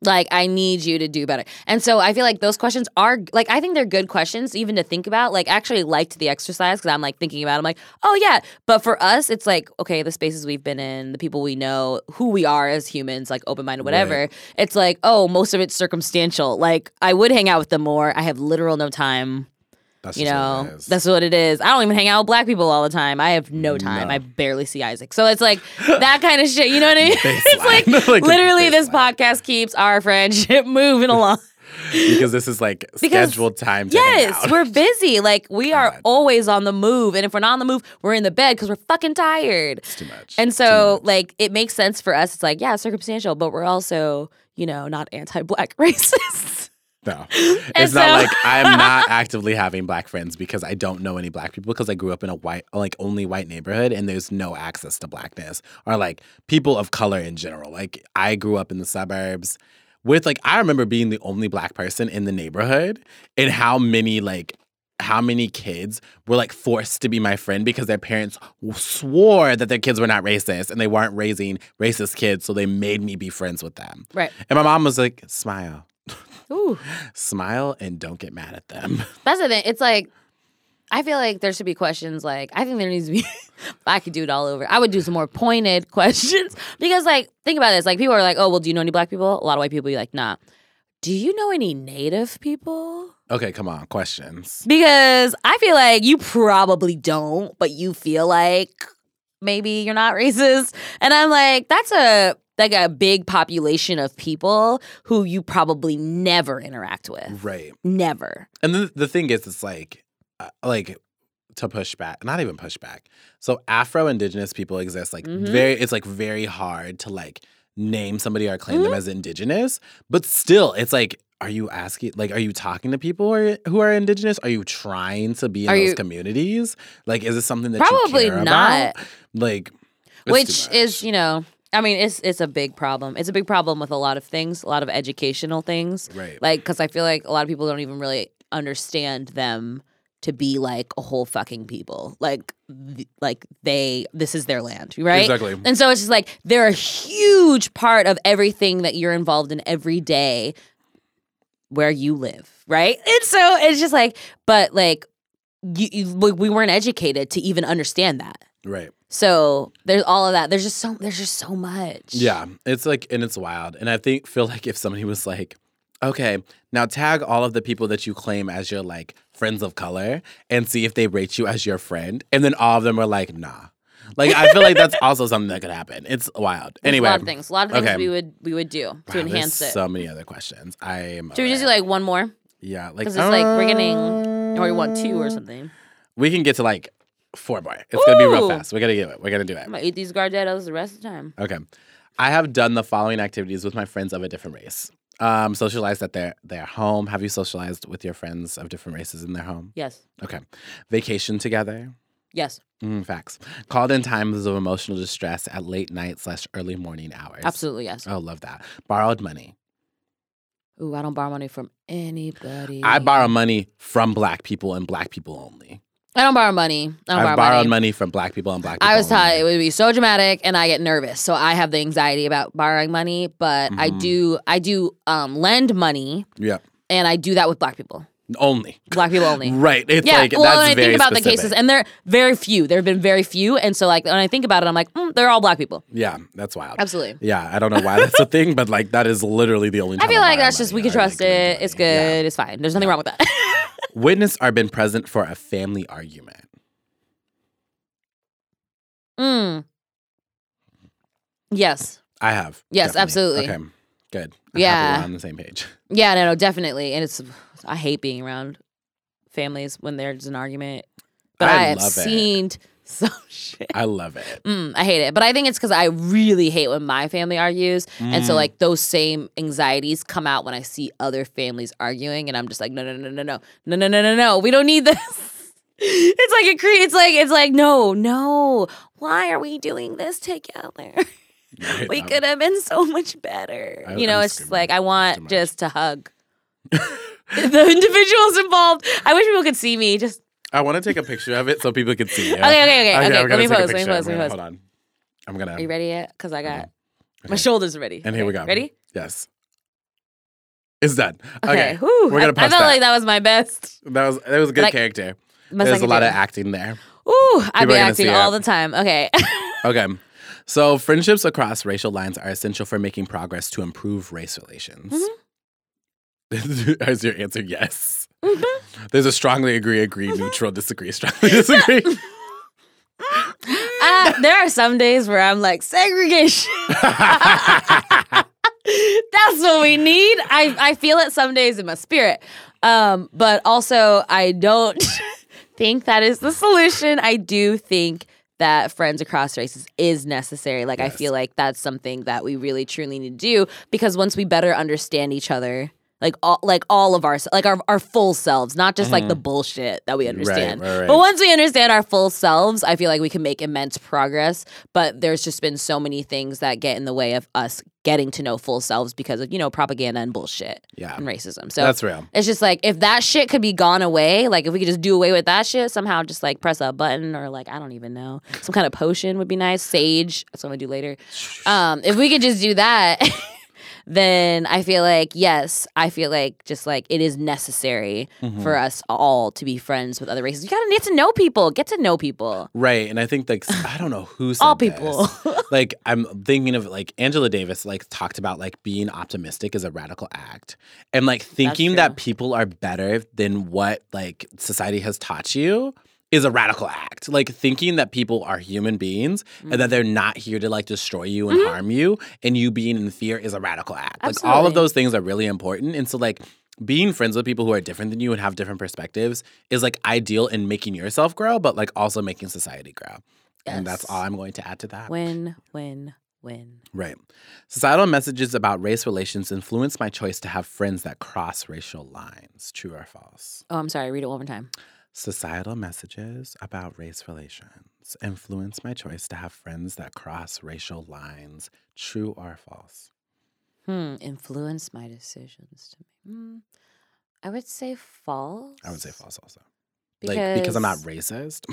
Speaker 1: Like, I need you to do better. And so I feel like those questions are, like, I think they're good questions even to think about. Like, I actually liked the exercise because I'm like thinking about it. I'm like, oh, yeah. But for us, it's like, okay, the spaces we've been in, the people we know, who we are as humans, like open minded, whatever.
Speaker 2: Right.
Speaker 1: It's like, oh, most of it's circumstantial. Like, I would hang out with them more. I have literal no time.
Speaker 2: That's
Speaker 1: you
Speaker 2: just
Speaker 1: know,
Speaker 2: what it is.
Speaker 1: that's what it is. I don't even hang out with black people all the time. I have no time.
Speaker 2: No.
Speaker 1: I barely see Isaac. So it's like that kind of shit. You know what I mean? it's like,
Speaker 2: Baseline. Like a
Speaker 1: literally, this
Speaker 2: baseline.
Speaker 1: podcast keeps our friendship moving along.
Speaker 2: because this is like
Speaker 1: Because-
Speaker 2: scheduled time. To hang
Speaker 1: yes,
Speaker 2: out.
Speaker 1: we're busy. Like we are
Speaker 2: God.
Speaker 1: always on the move, and if we're not on the move, we're in the bed because we're fucking tired.
Speaker 2: It's too much.
Speaker 1: And so, like, it makes sense for us. It's like, yeah, circumstantial, but we're also, you know, not anti-black racists.
Speaker 2: No.
Speaker 1: And
Speaker 2: It's not
Speaker 1: so-
Speaker 2: like I'm not actively having black friends because I don't know any black people because I grew up in a white, like only white neighborhood and there's no access to blackness or like people of color in general. Like I grew up in the suburbs with like, I remember being the only black person in the neighborhood and how many like, how many kids were like forced to be my friend because their parents w- swore that their kids were not racist and they weren't raising racist kids, so they made me be friends with them.
Speaker 1: right.
Speaker 2: And my mom was like, smile
Speaker 1: Ooh.
Speaker 2: smile and don't get mad at them.
Speaker 1: That's the thing. It's like I feel like there should be questions like I think there needs to be I could do it all over. I would do some more pointed questions. Because like think about this. Like people are like, Oh, well, do you know any black people? A lot of white people be like, nah. Do you know any native people?
Speaker 2: Okay, come on, questions.
Speaker 1: Because I feel like you probably don't, but you feel like maybe you're not racist. And I'm like, that's a like a big population of people who you probably never interact with.
Speaker 2: Right.
Speaker 1: Never.
Speaker 2: And then the thing is, it's like, uh, like to push back, not even push back. So Afro Indigenous people exist. Like
Speaker 1: Mhm.
Speaker 2: very, it's like very hard to like name somebody or
Speaker 1: Mm-hmm.
Speaker 2: claim them as Indigenous. But still, it's like, are you asking? Like, are you talking to people who are, who are Indigenous? Are you trying to be in
Speaker 1: Are
Speaker 2: those
Speaker 1: you-
Speaker 2: communities? Like, is it something that
Speaker 1: Probably
Speaker 2: you care
Speaker 1: not.
Speaker 2: about? Like, it's too
Speaker 1: which is
Speaker 2: much.
Speaker 1: you know i mean it's it's a big problem it's a big problem with a lot of things a lot of educational things
Speaker 2: right.
Speaker 1: like because i feel like a lot of people don't even really understand them to be like a whole fucking people like th- like they this is their land right
Speaker 2: Exactly.
Speaker 1: and so it's just like they're a huge part of everything that you're involved in every day where you live, right? And so it's just like, but like, you, you, we we weren't educated to even understand that.
Speaker 2: Right.
Speaker 1: So there's all of that. There's just so there's just so much.
Speaker 2: Yeah, it's like and it's wild. And I think feel like if somebody was like, "Okay, now tag all of the people that you claim as your like friends of color and see if they rate you as your friend." And then all of them are like, "Nah." Like I feel like that's also something that could happen. It's wild.
Speaker 1: There's
Speaker 2: Anyway,
Speaker 1: a lot of things. A lot of things
Speaker 2: okay.
Speaker 1: we would we would do
Speaker 2: Wow,
Speaker 1: to
Speaker 2: there's
Speaker 1: enhance it.
Speaker 2: So many other questions. I am.
Speaker 1: Should we just do like one more,
Speaker 2: yeah, like
Speaker 1: 'cause it's like we're getting- or we want two or
Speaker 2: um,
Speaker 1: something?
Speaker 2: We can get to like four more. It's gonna be real
Speaker 1: Ooh.
Speaker 2: fast. We're gonna do it. We're gonna do it.
Speaker 1: I'm gonna eat these Gardettos the rest of the time.
Speaker 2: Okay. I have done the following activities with my friends of a different race. Um, socialized at their their home. Have you socialized with your friends of different races in their home?
Speaker 1: Yes,
Speaker 2: Okay. Vacation together.
Speaker 1: yes,
Speaker 2: Mm, facts. Called in times of emotional distress at late night slash early morning hours.
Speaker 1: absolutely yes.
Speaker 2: Oh, love that. Borrowed money.
Speaker 1: Ooh, I don't borrow money from anybody.
Speaker 2: I borrow money from black people and black people only.
Speaker 1: I don't borrow money. I don't
Speaker 2: I've
Speaker 1: borrow
Speaker 2: borrowed
Speaker 1: money.
Speaker 2: money. from black people and black people.
Speaker 1: I was taught
Speaker 2: only.
Speaker 1: it would be so dramatic and I get nervous. So I have the anxiety about borrowing money, but I
Speaker 2: Mhm.
Speaker 1: do I do um, lend money
Speaker 2: Yeah.
Speaker 1: and I do that with black people.
Speaker 2: Only.
Speaker 1: Black people only.
Speaker 2: Right. It's
Speaker 1: yeah,
Speaker 2: like
Speaker 1: well,
Speaker 2: that's
Speaker 1: when I
Speaker 2: very
Speaker 1: think about the
Speaker 2: specific.
Speaker 1: cases, and they're very few. There have been very few, and so like when I think about it, I'm like, mm, they're all black people.
Speaker 2: Yeah, that's wild.
Speaker 1: Absolutely.
Speaker 2: Yeah, I don't know why that's a thing, but like that is literally the only.
Speaker 1: I
Speaker 2: Time
Speaker 1: feel
Speaker 2: I'm
Speaker 1: like
Speaker 2: buying
Speaker 1: that's just we
Speaker 2: money
Speaker 1: can
Speaker 2: or, like,
Speaker 1: trust
Speaker 2: giving
Speaker 1: it.
Speaker 2: money.
Speaker 1: It's good.
Speaker 2: Yeah.
Speaker 1: It's fine. There's nothing wrong with that.
Speaker 2: Witness are been present for a family argument.
Speaker 1: mm. Yes.
Speaker 2: I have.
Speaker 1: Yes,
Speaker 2: definitely.
Speaker 1: absolutely.
Speaker 2: Okay, good. I'm happy
Speaker 1: Yeah.
Speaker 2: we're on the same page.
Speaker 1: Yeah. No. No. Definitely. And it's I hate being around families when there's an argument, but
Speaker 2: I
Speaker 1: I, have
Speaker 2: love it.
Speaker 1: seen some shit.
Speaker 2: I love it.
Speaker 1: Mm, I hate it, but I think it's because I really hate when my family argues, and so
Speaker 2: Mm.
Speaker 1: like those same anxieties come out when I see other families arguing, and I'm just like, no, no, no, no, no, no, no, no, no, no, we don't need this. it's like it creates, it's like it's like no, no, why are we doing this together?
Speaker 2: Right,
Speaker 1: we
Speaker 2: um,
Speaker 1: could have been so much better.
Speaker 2: I-
Speaker 1: you know,
Speaker 2: I'm
Speaker 1: it's just
Speaker 2: screaming.
Speaker 1: like I
Speaker 2: too
Speaker 1: want
Speaker 2: much.
Speaker 1: just to hug the individuals involved. I wish people could see me. Just
Speaker 2: I want to take a picture of it so people can see. You.
Speaker 1: okay, okay, okay, okay.
Speaker 2: we're
Speaker 1: let
Speaker 2: gonna
Speaker 1: me
Speaker 2: take a
Speaker 1: post. Let me
Speaker 2: picture.
Speaker 1: post.
Speaker 2: We're gonna-
Speaker 1: Let me post.
Speaker 2: Hold on. I'm gonna.
Speaker 1: Are you ready yet? Because I got
Speaker 2: Mhm.
Speaker 1: my
Speaker 2: Okay.
Speaker 1: shoulders are ready.
Speaker 2: And here we
Speaker 1: Okay,
Speaker 2: go.
Speaker 1: Ready?
Speaker 2: Yes. It's done. Okay.
Speaker 1: whew,
Speaker 2: We're gonna
Speaker 1: I, I
Speaker 2: post
Speaker 1: felt
Speaker 2: that.
Speaker 1: like that was my best.
Speaker 2: That was that was a good
Speaker 1: But I-
Speaker 2: character.
Speaker 1: my
Speaker 2: There's a
Speaker 1: second
Speaker 2: lot of
Speaker 1: favorite.
Speaker 2: acting there.
Speaker 1: Ooh,
Speaker 2: People are
Speaker 1: I'd be
Speaker 2: gonna
Speaker 1: acting
Speaker 2: see
Speaker 1: all
Speaker 2: it.
Speaker 1: the time. Okay.
Speaker 2: Okay. So friendships across racial lines are essential for making progress to improve race relations.
Speaker 1: Mm-hmm.
Speaker 2: Is your answer yes? There's a strongly agree, agree,
Speaker 1: Mm-hmm.
Speaker 2: neutral, disagree, strongly disagree.
Speaker 1: Ah, there are some days where I'm like segregation. That's what we need. I, I feel it some days in my spirit. Um, but also, I don't think that is the solution. I do think that friends across races is necessary. Like, I
Speaker 2: Yes.
Speaker 1: feel like that's something that we really truly need to do because once we better understand each other, like all, like all of our like our, our full selves, not just like the bullshit that we understand.
Speaker 2: Mm-hmm. right, right.
Speaker 1: But once we understand our full selves, I feel like we can make immense progress. But there's just been so many things that get in the way of us getting to know full selves because of, you know, propaganda and bullshit
Speaker 2: yeah,
Speaker 1: and racism. So
Speaker 2: that's real.
Speaker 1: it's just like if that shit could be gone away, like if we could just do away with that shit, somehow just like press a button or like I don't even know, some kind of potion would be nice. Sage, that's what I'm gonna do later. Um, if we could just do that, then I feel like yes, I feel like just like it is necessary
Speaker 2: Mm-hmm.
Speaker 1: for us all to be friends with other races. You gotta get to know people, get to know people,
Speaker 2: Right, and I think like s- I don't know who said
Speaker 1: all
Speaker 2: this.
Speaker 1: people.
Speaker 2: like I'm thinking of like Angela Davis like talked about like being optimistic is a radical act and like thinking that people are better than what like society has taught you is a radical act. Like thinking that people are human beings and
Speaker 1: Mm.
Speaker 2: that they're not here to like destroy you
Speaker 1: Mm-hmm.
Speaker 2: and harm you and you being in fear is a radical act. Like all
Speaker 1: Absolutely.
Speaker 2: of those things are really important and so like being friends with people who are different than you and have different perspectives is like ideal in making yourself grow but like also making society grow. And that's
Speaker 1: Yes.
Speaker 2: all I'm going to add to that.
Speaker 1: win, win, win.
Speaker 2: Right. Societal messages about race relations influence my choice to have friends that cross racial lines. True or false?
Speaker 1: Oh, I'm sorry. Read it one more time.
Speaker 2: Societal messages about race relations influence my choice to have friends that cross racial lines. True or false?
Speaker 1: Hmm. Influence my decisions to me. Hmm. I would say false.
Speaker 2: I would say false also. like because I'm not racist.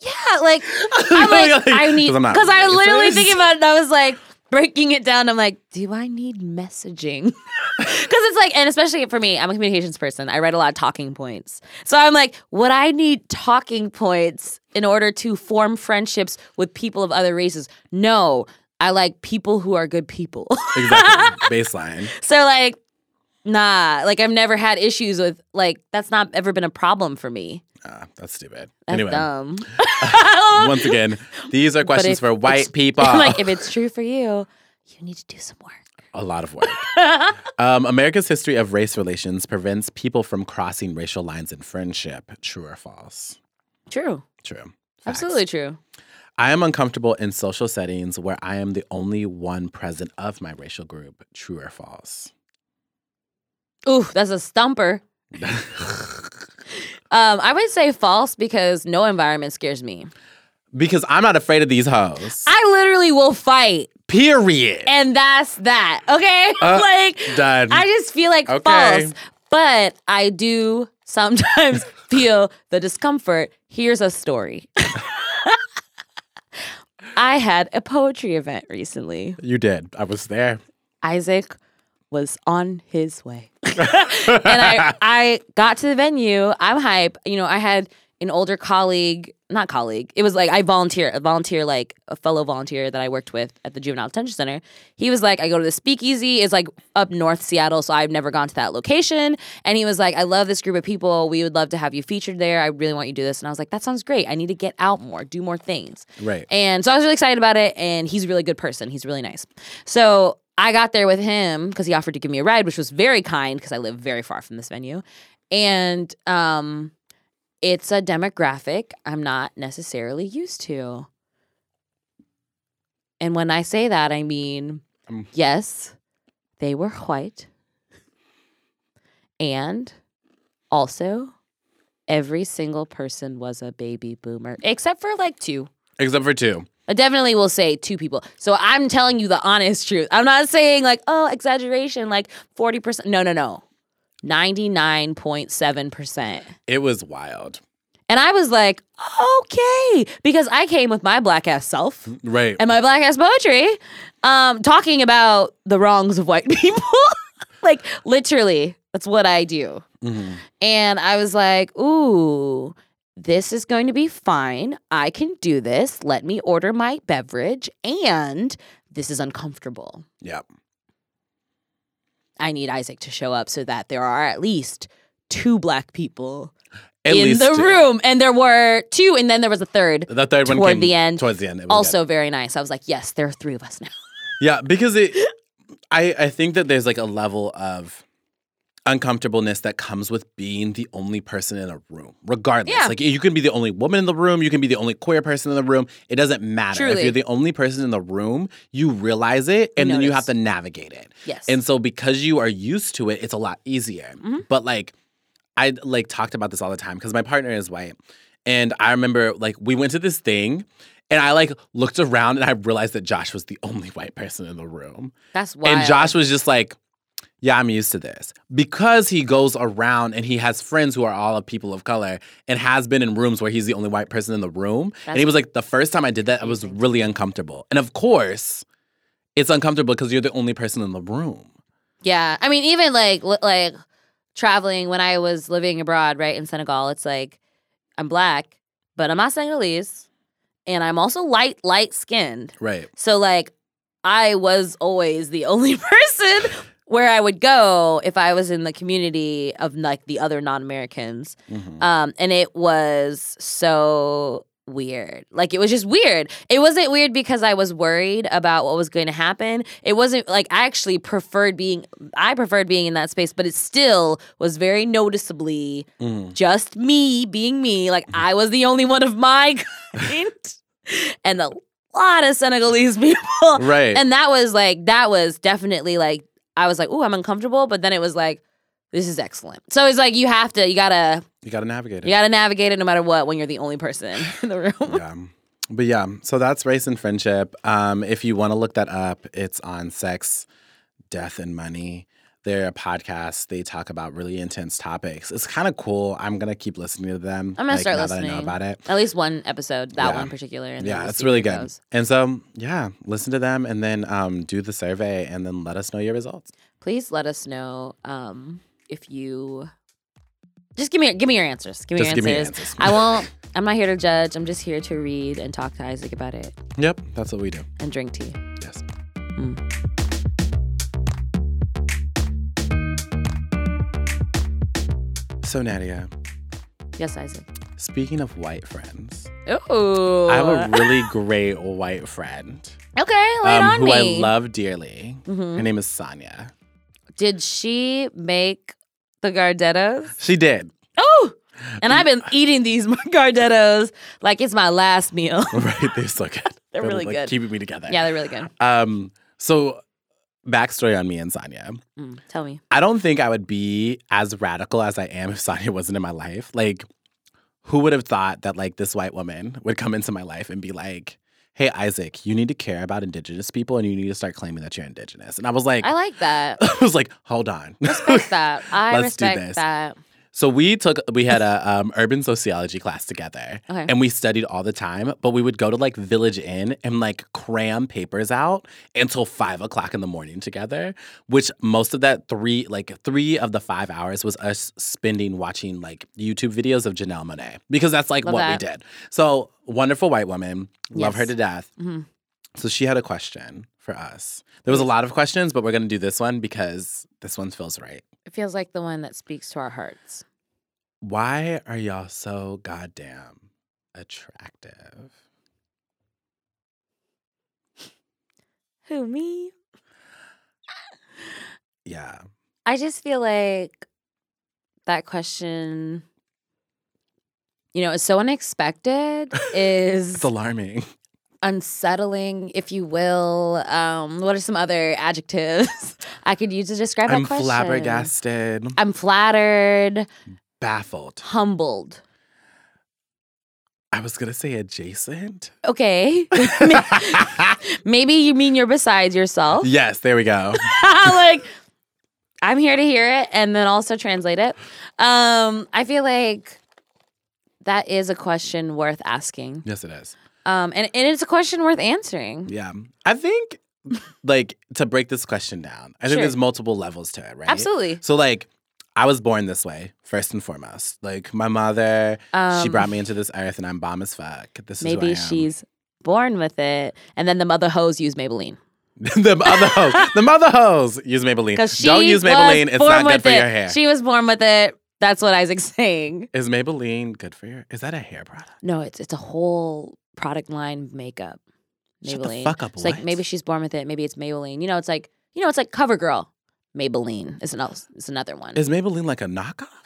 Speaker 1: Yeah, like I'm like, I need
Speaker 2: I'm not
Speaker 1: because I was literally
Speaker 2: racist.
Speaker 1: thinking about it. And I was like breaking it down. I'm like, do I need messaging? Because it's like, and especially for me, I'm a communications person. I write a lot of talking points, so I'm like, would I need talking points in order to form friendships with people of other races? No, I like people who are good people.
Speaker 2: exactly. Baseline.
Speaker 1: So like, nah, like I've never had issues with like that's not ever been a problem for me.
Speaker 2: Ah, that's stupid.
Speaker 1: That's
Speaker 2: anyway,
Speaker 1: dumb.
Speaker 2: once again, these are questions
Speaker 1: if
Speaker 2: for
Speaker 1: it's-
Speaker 2: white people.
Speaker 1: like if it's true for you, you need to do some work.
Speaker 2: A lot of work. um, America's history of race relations prevents people from crossing racial lines in friendship. True or false?
Speaker 1: True.
Speaker 2: True. Facts.
Speaker 1: Absolutely true.
Speaker 2: I am uncomfortable in social settings where I am the only one present of my racial group. True or false?
Speaker 1: Ooh, that's a stumper. Um, I would say false because no environment scares me.
Speaker 2: because I'm not afraid of these hoes.
Speaker 1: I literally will fight,
Speaker 2: Period.
Speaker 1: and that's that. Okay,
Speaker 2: Uh,
Speaker 1: like
Speaker 2: Done.
Speaker 1: I just feel like
Speaker 2: Okay.
Speaker 1: false, but I do sometimes feel the discomfort. Here's a story. I had a poetry event recently.
Speaker 2: you did. I was there.
Speaker 1: Isaac was on his way. and I, I got to the venue. I'm hype. You know, I had an older colleague, not colleague. It was like I volunteer, a volunteer, like a fellow volunteer that I worked with at the juvenile detention center. He was like, I go to the speakeasy. It's like up north Seattle, so I've never gone to that location. And he was like, I love this group of people. We would love to have you featured there. I really want you to do this. And I was like, that sounds great. I need to get out more, do more things.
Speaker 2: Right.
Speaker 1: And so I was really excited about it. And he's a really good person. He's really nice. So I got there with him because he offered to give me a ride, which was very kind because I live very far from this venue. And um, it's a demographic I'm not necessarily used to. And when I say that, I mean,
Speaker 2: Um.
Speaker 1: yes, they were white. And also, every single person was a baby boomer, except for like two.
Speaker 2: Except for two.
Speaker 1: I definitely will say two people. So I'm telling you the honest truth. I'm not saying like, oh, exaggeration, like 40%. No, no, no. 99.7%.
Speaker 2: It was wild.
Speaker 1: And And I was like, okay, because I came with my black ass self
Speaker 2: Right.
Speaker 1: and my black ass poetry, um, talking about the wrongs of white people. like literally, that's what I do.
Speaker 2: Mhm.
Speaker 1: And I was like, ooh, this is going to be fine. I can do this. Let me order my beverage. And this is uncomfortable.
Speaker 2: Yep.
Speaker 1: I need Isaac to show up so that there are at least two black people
Speaker 2: At
Speaker 1: in
Speaker 2: least
Speaker 1: the
Speaker 2: two. Oh,
Speaker 1: room. And there were two, and then there was a third.
Speaker 2: The third one
Speaker 1: Toward
Speaker 2: came
Speaker 1: the end.
Speaker 2: Towards the end. It was good.
Speaker 1: Also very nice. I was like, yes, there are three of us now.
Speaker 2: Yeah, because it I I think that there's like a level of uncomfortableness that comes with being the only person in a room. Regardless.
Speaker 1: Yeah.
Speaker 2: Like you can be the only woman in the room, you can be the only queer person in the room. It doesn't matter. If
Speaker 1: Truly.
Speaker 2: you're the only person in the room, you realize it and then you have to
Speaker 1: notice.
Speaker 2: navigate it.
Speaker 1: Yes.
Speaker 2: And so because you are used to it, it's a lot easier.
Speaker 1: Mhm.
Speaker 2: But like I like talked about this all the time because my partner is white. And I remember like we went to this thing and I like looked around and I realized that Josh was the only white person in the room.
Speaker 1: That's why.
Speaker 2: And Josh was just like, yeah, I'm used to this. Because he goes around and he has friends who are all of people of color and has been in rooms where he's the only white person in the room. and
Speaker 1: That's-
Speaker 2: he was like, the first time I did that, I was really uncomfortable. And of course, it's uncomfortable because you're the only person in the room.
Speaker 1: Yeah, I mean, even like li- like traveling when I was living abroad, right in Senegal, it's like I'm black, but I'm not Senegalese, and I'm also light light skinned.
Speaker 2: Right.
Speaker 1: So like, I was always the only person where I would go if I was in the community of like the other non Americans,
Speaker 2: Mhm.
Speaker 1: um, and it was so weird. Like it was just weird. It wasn't weird because I was worried about what was going to happen. It wasn't like I actually preferred being I preferred being in that space, but it still was very noticeably
Speaker 2: Mhm.
Speaker 1: just me being me. Like I was the only one of my kind. and a lot of Senegalese people
Speaker 2: Right.
Speaker 1: uh, and that was like that was definitely like I was like, "Ooh, I'm uncomfortable," but then it was like this is excellent. So it's like you have to you got to
Speaker 2: you got to navigate it.
Speaker 1: you got to navigate it no matter what when you're the only person in the room.
Speaker 2: yeah. But yeah, so that's race and friendship. Um, if you want to look that up, it's on sex, death, and money. They're a podcast. They talk about really intense topics. It's kind of cool. I'm gonna keep listening to them.
Speaker 1: I'm gonna start
Speaker 2: now That I know
Speaker 1: listening.
Speaker 2: about it.
Speaker 1: At least one episode, that
Speaker 2: Yeah.
Speaker 1: one in particular. And then
Speaker 2: Yeah,
Speaker 1: we'll
Speaker 2: it's
Speaker 1: see
Speaker 2: really
Speaker 1: where it
Speaker 2: good.
Speaker 1: goes.
Speaker 2: And so yeah, listen to them and then um, do the survey and then let us know your results.
Speaker 1: Please let us know um, if you just give me give me your answers. Give me
Speaker 2: Just
Speaker 1: your
Speaker 2: give me your
Speaker 1: answers.
Speaker 2: answers.
Speaker 1: I won't. I'm not here to judge. I'm just here to read and talk to Isaac about it
Speaker 2: Yep, that's what we do.
Speaker 1: and drink tea.
Speaker 2: Yes.
Speaker 1: Mm.
Speaker 2: So Nadia,
Speaker 1: Yes, Isaac.
Speaker 2: speaking of white friends.
Speaker 1: Ooh.
Speaker 2: I have a really great white friend um,
Speaker 1: okay, lay it on
Speaker 2: who
Speaker 1: me.
Speaker 2: I love dearly.
Speaker 1: Mhm.
Speaker 2: Her name is Sonia.
Speaker 1: Did she make the Gardettos?
Speaker 2: She did.
Speaker 1: Oh, and I've been eating these Gardettos like it's my last meal.
Speaker 2: Right, they're so good.
Speaker 1: They're really
Speaker 2: like,
Speaker 1: good.
Speaker 2: Keeping me together.
Speaker 1: yeah, they're really good.
Speaker 2: Um. So, backstory on me and Sonia.
Speaker 1: Mm, tell me.
Speaker 2: I don't think I would be as radical as I am if Sonia wasn't in my life. Like, who would have thought that like this white woman would come into my life and be like, "Hey, Isaac, you need to care about Indigenous people and you need to start claiming that you're Indigenous." And I was like,
Speaker 1: I like that.
Speaker 2: I was like, hold on.
Speaker 1: respect that. I
Speaker 2: Let's do
Speaker 1: respect
Speaker 2: this.
Speaker 1: that.
Speaker 2: So we took we had a um, urban sociology class together,
Speaker 1: Okay.
Speaker 2: and we studied all the time. But we would go to like Village Inn and like cram papers out until five o'clock in the morning together. Which most of that three like three of the five hours was us spending watching like YouTube videos of Janelle Monet because that's like
Speaker 1: Love
Speaker 2: what
Speaker 1: that.
Speaker 2: we did. So wonderful white woman, love
Speaker 1: Yes.
Speaker 2: her to death.
Speaker 1: Mhm.
Speaker 2: So she had a question for us. There was a lot of questions, but we're gonna do this one because this one feels right.
Speaker 1: It feels like the one that speaks to our hearts.
Speaker 2: Why are y'all so goddamn attractive?
Speaker 1: Who me?
Speaker 2: Yeah.
Speaker 1: I just feel like that question, you know, is so unexpected, is
Speaker 2: It's alarming.
Speaker 1: unsettling, if you will. Um, what are some other adjectives I could use to describe
Speaker 2: I'm
Speaker 1: that question?
Speaker 2: flabbergasted,
Speaker 1: I'm flattered,
Speaker 2: baffled.
Speaker 1: humbled.
Speaker 2: I was gonna say adjacent.
Speaker 1: Okay. Maybe you mean oh. you're besides yourself.
Speaker 2: yes, there we go.
Speaker 1: like I'm here to hear it and then also translate it. Um, I feel like That is a question worth asking.
Speaker 2: Yes, it is.
Speaker 1: Um, and, and it's a question worth answering.
Speaker 2: Yeah. I think, like, to break this question down, I think
Speaker 1: Sure.
Speaker 2: there's multiple levels to it, right?
Speaker 1: Absolutely.
Speaker 2: So, like, I was born this way, first and foremost. Like, my mother,
Speaker 1: Um,
Speaker 2: she brought me into this earth, and I'm bomb as fuck. This is who I
Speaker 1: Maybe
Speaker 2: am.
Speaker 1: she's born with it. And then the mother hoes use Maybelline.
Speaker 2: the other hose. The mother hose. Use Maybelline.
Speaker 1: Because she
Speaker 2: Don't use
Speaker 1: was
Speaker 2: Maybelline. It's
Speaker 1: born
Speaker 2: not good
Speaker 1: with
Speaker 2: for
Speaker 1: it.
Speaker 2: your hair.
Speaker 1: She was born with it. That's what Isaac's saying.
Speaker 2: is Maybelline good for your? Is that a hair product?
Speaker 1: No, it's it's a whole product line makeup. Maybelline.
Speaker 2: Shut the fuck up,
Speaker 1: It's like
Speaker 2: what?
Speaker 1: maybe she's born with it. Maybe it's Maybelline. You know, it's like you know, it's like CoverGirl. Maybelline is another is another one.
Speaker 2: Is Maybelline like a knockoff?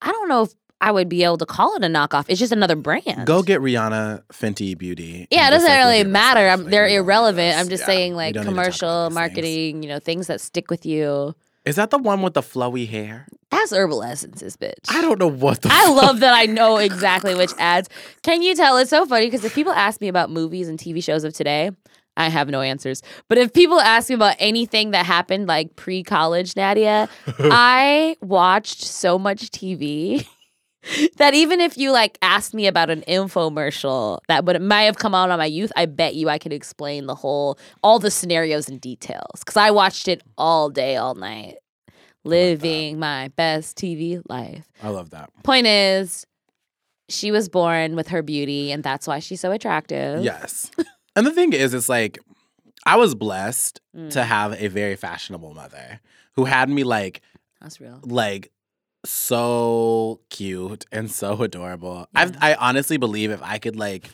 Speaker 1: I don't know if I would be able to call it a knockoff. It's just another brand.
Speaker 2: Go get Rihanna Fenty Beauty.
Speaker 1: Yeah,
Speaker 2: and just,
Speaker 1: it doesn't
Speaker 2: like,
Speaker 1: really
Speaker 2: look at
Speaker 1: matter.
Speaker 2: yourself.
Speaker 1: I'm,
Speaker 2: Like,
Speaker 1: they're
Speaker 2: we don't need
Speaker 1: irrelevant.
Speaker 2: this.
Speaker 1: I'm just
Speaker 2: Yeah,
Speaker 1: saying,
Speaker 2: we
Speaker 1: like
Speaker 2: don't need to talk about
Speaker 1: commercial
Speaker 2: these things.
Speaker 1: marketing. You know, things that stick with you.
Speaker 2: Is that the one with the flowy hair?
Speaker 1: That's herbal essences, bitch.
Speaker 2: I don't know what the.
Speaker 1: I
Speaker 2: fuck-
Speaker 1: love that I know exactly which ads. Can you tell? It's so funny because if people ask me about movies and TV shows of today, I have no answers. But if people ask me about anything that happened like pre college, Nadia, I watched so much TV. That even if you like asked me about an infomercial that would might have come out on my youth, I bet you I could explain the whole all the scenarios and details because I watched it all day, all night, living my best TV life.
Speaker 2: I love that.
Speaker 1: Point is, she was born with her beauty, and that's why she's so attractive.
Speaker 2: Yes. and the thing is, it's like I was blessed
Speaker 1: Mm,
Speaker 2: to have a very fashionable mother who had me like
Speaker 1: that's real.
Speaker 2: like so cute and so adorable. I've,
Speaker 1: Yeah.
Speaker 2: I honestly believe if I could like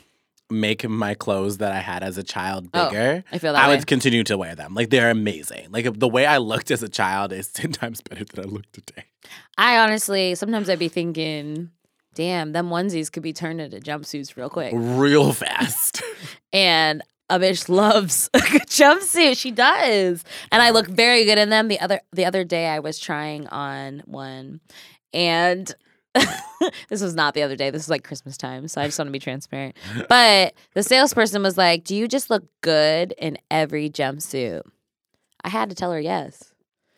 Speaker 2: make my clothes that I had as a child
Speaker 1: Oh,
Speaker 2: bigger,
Speaker 1: I feel that
Speaker 2: I
Speaker 1: way.
Speaker 2: would continue to wear them. Like they're amazing. Like if the way I looked as a child is ten times better than I look today.
Speaker 1: I honestly sometimes I'd be thinking, damn, them onesies could be turned into jumpsuits real quick.
Speaker 2: Real fast.
Speaker 1: And a bitch loves a good jumpsuit. She does. And I look very good in them. The other the other day I was trying on one and this was not the other day. This was like Christmas time. So I just want to be transparent. But the salesperson was like, Do you just look good in every jumpsuit? I had to tell her yes.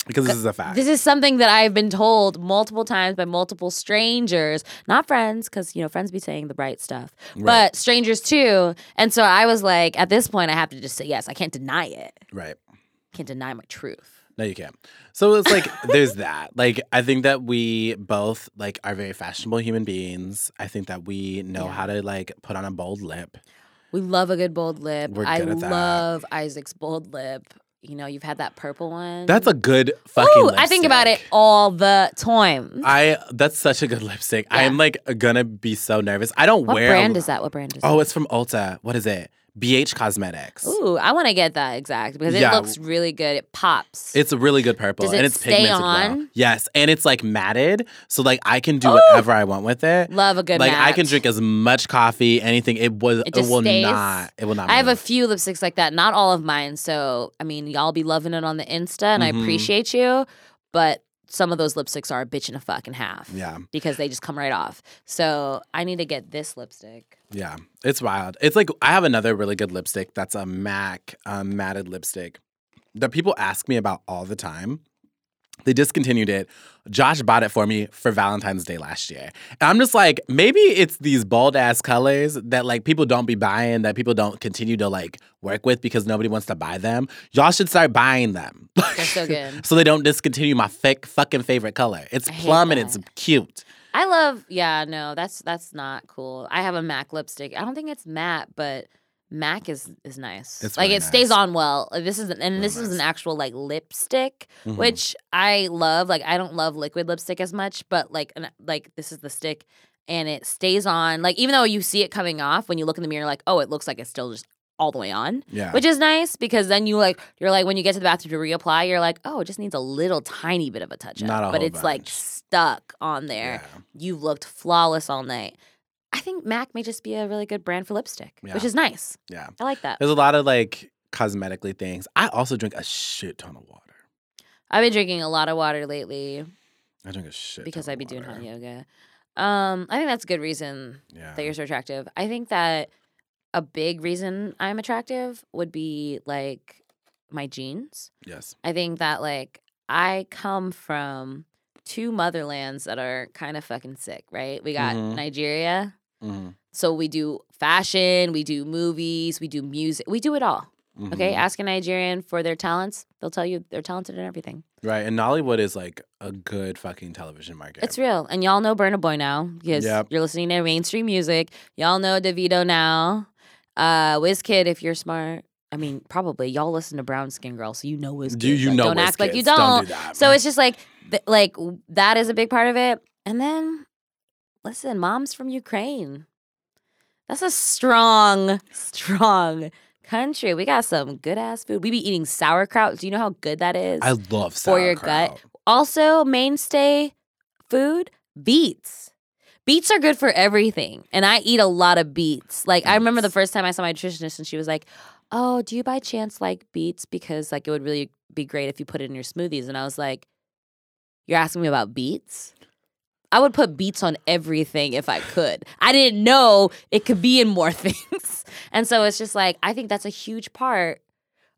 Speaker 2: because this is a fact.
Speaker 1: This is something that I've been told multiple times by multiple strangers, not friends, because you know friends be saying the bright stuff,
Speaker 2: Right.
Speaker 1: but strangers too. And so I was like, at this point, I have to just say yes. I can't deny it.
Speaker 2: right.
Speaker 1: I can't deny my truth.
Speaker 2: No, you can't. So it's like there's that. Like I think that we both like are very fashionable human beings. I think that we know
Speaker 1: Yeah.
Speaker 2: how to like put on a bold lip.
Speaker 1: We love a good bold lip.
Speaker 2: We're
Speaker 1: I
Speaker 2: good at that.
Speaker 1: love Isaac's bold lip. You know, you've had that purple one.
Speaker 2: That's a good fucking.
Speaker 1: Mm. Ooh, I think about it
Speaker 2: lipstick.
Speaker 1: all the time.
Speaker 2: I that's such a good lipstick. I am like gonna be so nervous. I don't
Speaker 1: what
Speaker 2: wear.
Speaker 1: brand is that? What brand is that?
Speaker 2: Oh, it's from Ulta. What is it? BH Cosmetics.
Speaker 1: Ooh, I want to get that exact because it
Speaker 2: Yeah.
Speaker 1: looks really good. It pops.
Speaker 2: It's a really good purple,
Speaker 1: Does it
Speaker 2: and it's
Speaker 1: stay
Speaker 2: pigmented well.
Speaker 1: on?
Speaker 2: Yes, and it's like matted, so like I can do
Speaker 1: Ooh.
Speaker 2: whatever I want with it.
Speaker 1: love a good
Speaker 2: like I
Speaker 1: match.
Speaker 2: can drink as much coffee, anything. It was. It,
Speaker 1: It just
Speaker 2: will
Speaker 1: stays.
Speaker 2: not. It will not.
Speaker 1: I have a
Speaker 2: move.
Speaker 1: few lipsticks like that, not all of mine. So, I mean, y'all be loving it on the Insta, and I
Speaker 2: Mhm.
Speaker 1: appreciate you. But some of those lipsticks are a bitch and a fucking half.
Speaker 2: Yeah,
Speaker 1: Because they just come right off. So, I need to get this lipstick.
Speaker 2: yeah. It's wild. It's like I have another really good lipstick that's a MAC um, matted lipstick that people ask me about all the time. They discontinued it. Josh bought it for me for Valentine's Day last year. And I'm just like, maybe it's these bold ass colors that like people don't be buying, that people don't continue to like work with because nobody wants to buy them. Y'all should start buying them.
Speaker 1: They're so good.
Speaker 2: so they don't discontinue my fake fucking favorite color. It's
Speaker 1: I hate
Speaker 2: plum and
Speaker 1: that.
Speaker 2: it's cute.
Speaker 1: I love, yeah, no, that's that's not cool. I have a MAC lipstick. I don't think it's matte, but MAC is is nice.
Speaker 2: It's
Speaker 1: like
Speaker 2: really
Speaker 1: it stays
Speaker 2: nice.
Speaker 1: on well. Like, This is an- and
Speaker 2: Real
Speaker 1: this is an
Speaker 2: nice.
Speaker 1: actual like lipstick.
Speaker 2: Mhm.
Speaker 1: which I love. Like I don't love liquid lipstick as much, but like an, like this is the stick and it stays on. Like even though you see it coming off when you look in the mirror like, "Oh, it looks like it's still just all the way on."
Speaker 2: Mm-hmm. yeah.
Speaker 1: Which is nice because then you like you're like when you get to the bathroom to reapply, you're like, "Oh, it just needs a little tiny bit of a touch up."
Speaker 2: Not a
Speaker 1: but
Speaker 2: whole
Speaker 1: it's like
Speaker 2: bunch.
Speaker 1: stuck on there.
Speaker 2: Yeah.
Speaker 1: You've looked flawless all night. I think MAC may just be a really good brand for lipstick, which
Speaker 2: Yeah.
Speaker 1: is nice.
Speaker 2: Yeah.
Speaker 1: I like that.
Speaker 2: There's a lot of like cosmetically things. I also drink a shit ton of water.
Speaker 1: I've been drinking a lot of water lately
Speaker 2: I drink a shit
Speaker 1: because
Speaker 2: ton
Speaker 1: I'd
Speaker 2: of
Speaker 1: be doing
Speaker 2: water.
Speaker 1: hot yoga. Um, I think that's a good reason
Speaker 2: Yeah.
Speaker 1: that you're so attractive. I think that a big reason I'm attractive would be like my genes.
Speaker 2: Yes.
Speaker 1: I think that like I come from two motherlands that are kind of fucking sick, right? We got
Speaker 2: Mhm.
Speaker 1: Nigeria.
Speaker 2: Mhm,
Speaker 1: So we do fashion, we do movies, we do music, we do it all.
Speaker 2: mhm.
Speaker 1: Okay, ask a Nigerian for their talents. They'll tell you they're talented in everything.
Speaker 2: Right. And Nollywood is like a good fucking television market.
Speaker 1: It's real. And y'all know Burna Boy now because
Speaker 2: Yep.
Speaker 1: you're listening to mainstream music. Y'all know DeVito now. Uh, Wizkid, if you're smart. I mean, probably y'all listen to Brown Skin Girl, so you know Wizkid.
Speaker 2: do you
Speaker 1: Like,
Speaker 2: know
Speaker 1: Don't act like
Speaker 2: Wizkids.
Speaker 1: you
Speaker 2: Don't
Speaker 1: don't.
Speaker 2: do that.
Speaker 1: So it's just like, th- like that is a big part of it. And then, listen, mom's from Ukraine. That's a strong, strong country. We got some good ass food. We be eating sauerkraut. Do you know how good that is?
Speaker 2: I love
Speaker 1: for your
Speaker 2: sauerkraut.
Speaker 1: gut. also, mainstay food beets. Beets are good for everything, and I eat a lot of beets. Like I remember the
Speaker 2: Beets.
Speaker 1: first time I saw my nutritionist, and she was like, "Oh, do you by chance like beets? Because like it would really be great if you put it in your smoothies." And I was like, "You're asking me about beets?" I would put beets on everything if I could. I didn't know it could be in more things, and so it's just like I think that's a huge part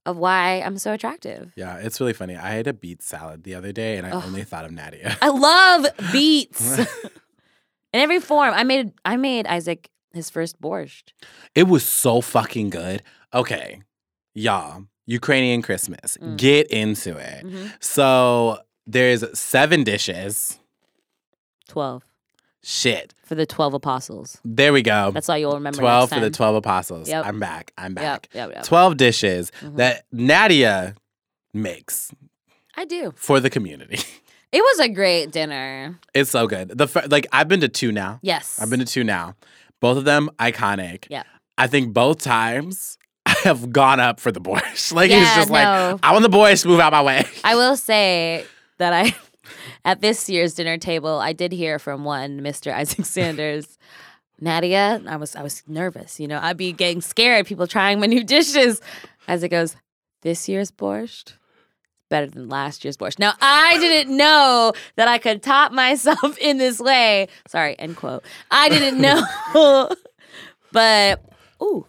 Speaker 1: of why I'm so attractive.
Speaker 2: Yeah, it's really funny. I had a beet salad the other day and I
Speaker 1: Ugh.
Speaker 2: only thought of Nadia.
Speaker 1: I love beets in every form. I made I made Isaac his first borscht.
Speaker 2: It was so fucking good. Okay, y'all, Ukrainian Christmas.
Speaker 1: Mm. Mm-hmm.
Speaker 2: Get into it. So there's seven dishes.
Speaker 1: Twelve
Speaker 2: Shit.
Speaker 1: for the twelve apostles.
Speaker 2: There we go.
Speaker 1: That's all you'll remember.
Speaker 2: 12
Speaker 1: next
Speaker 2: Mm-hmm. for the
Speaker 1: time.
Speaker 2: 12 apostles.
Speaker 1: Yep.
Speaker 2: I'm back. I'm
Speaker 1: Yep,
Speaker 2: back.
Speaker 1: yep, yep.
Speaker 2: 12 dishes
Speaker 1: Mhm.
Speaker 2: that Nadia makes
Speaker 1: I do.
Speaker 2: for the community.
Speaker 1: It was a great dinner.
Speaker 2: it's so good. The fir- like I've been to two now.
Speaker 1: Yes,
Speaker 2: I've been to two now. Both of them iconic.
Speaker 1: Yeah.
Speaker 2: I think both times I have gone up for the boys. like
Speaker 1: yeah,
Speaker 2: it's just like
Speaker 1: no.
Speaker 2: I want the boys to move out my way.
Speaker 1: I will say that I, at this year's dinner table, I did hear from one Mr. Isaac Sanders. Nadia, I was I was nervous, you know. I'd be getting scared. People trying my new dishes. As it goes, this year's borscht better than last year's borscht. Now I didn't know that I could top myself in this way. Sorry, end quote. I didn't know, but ooh,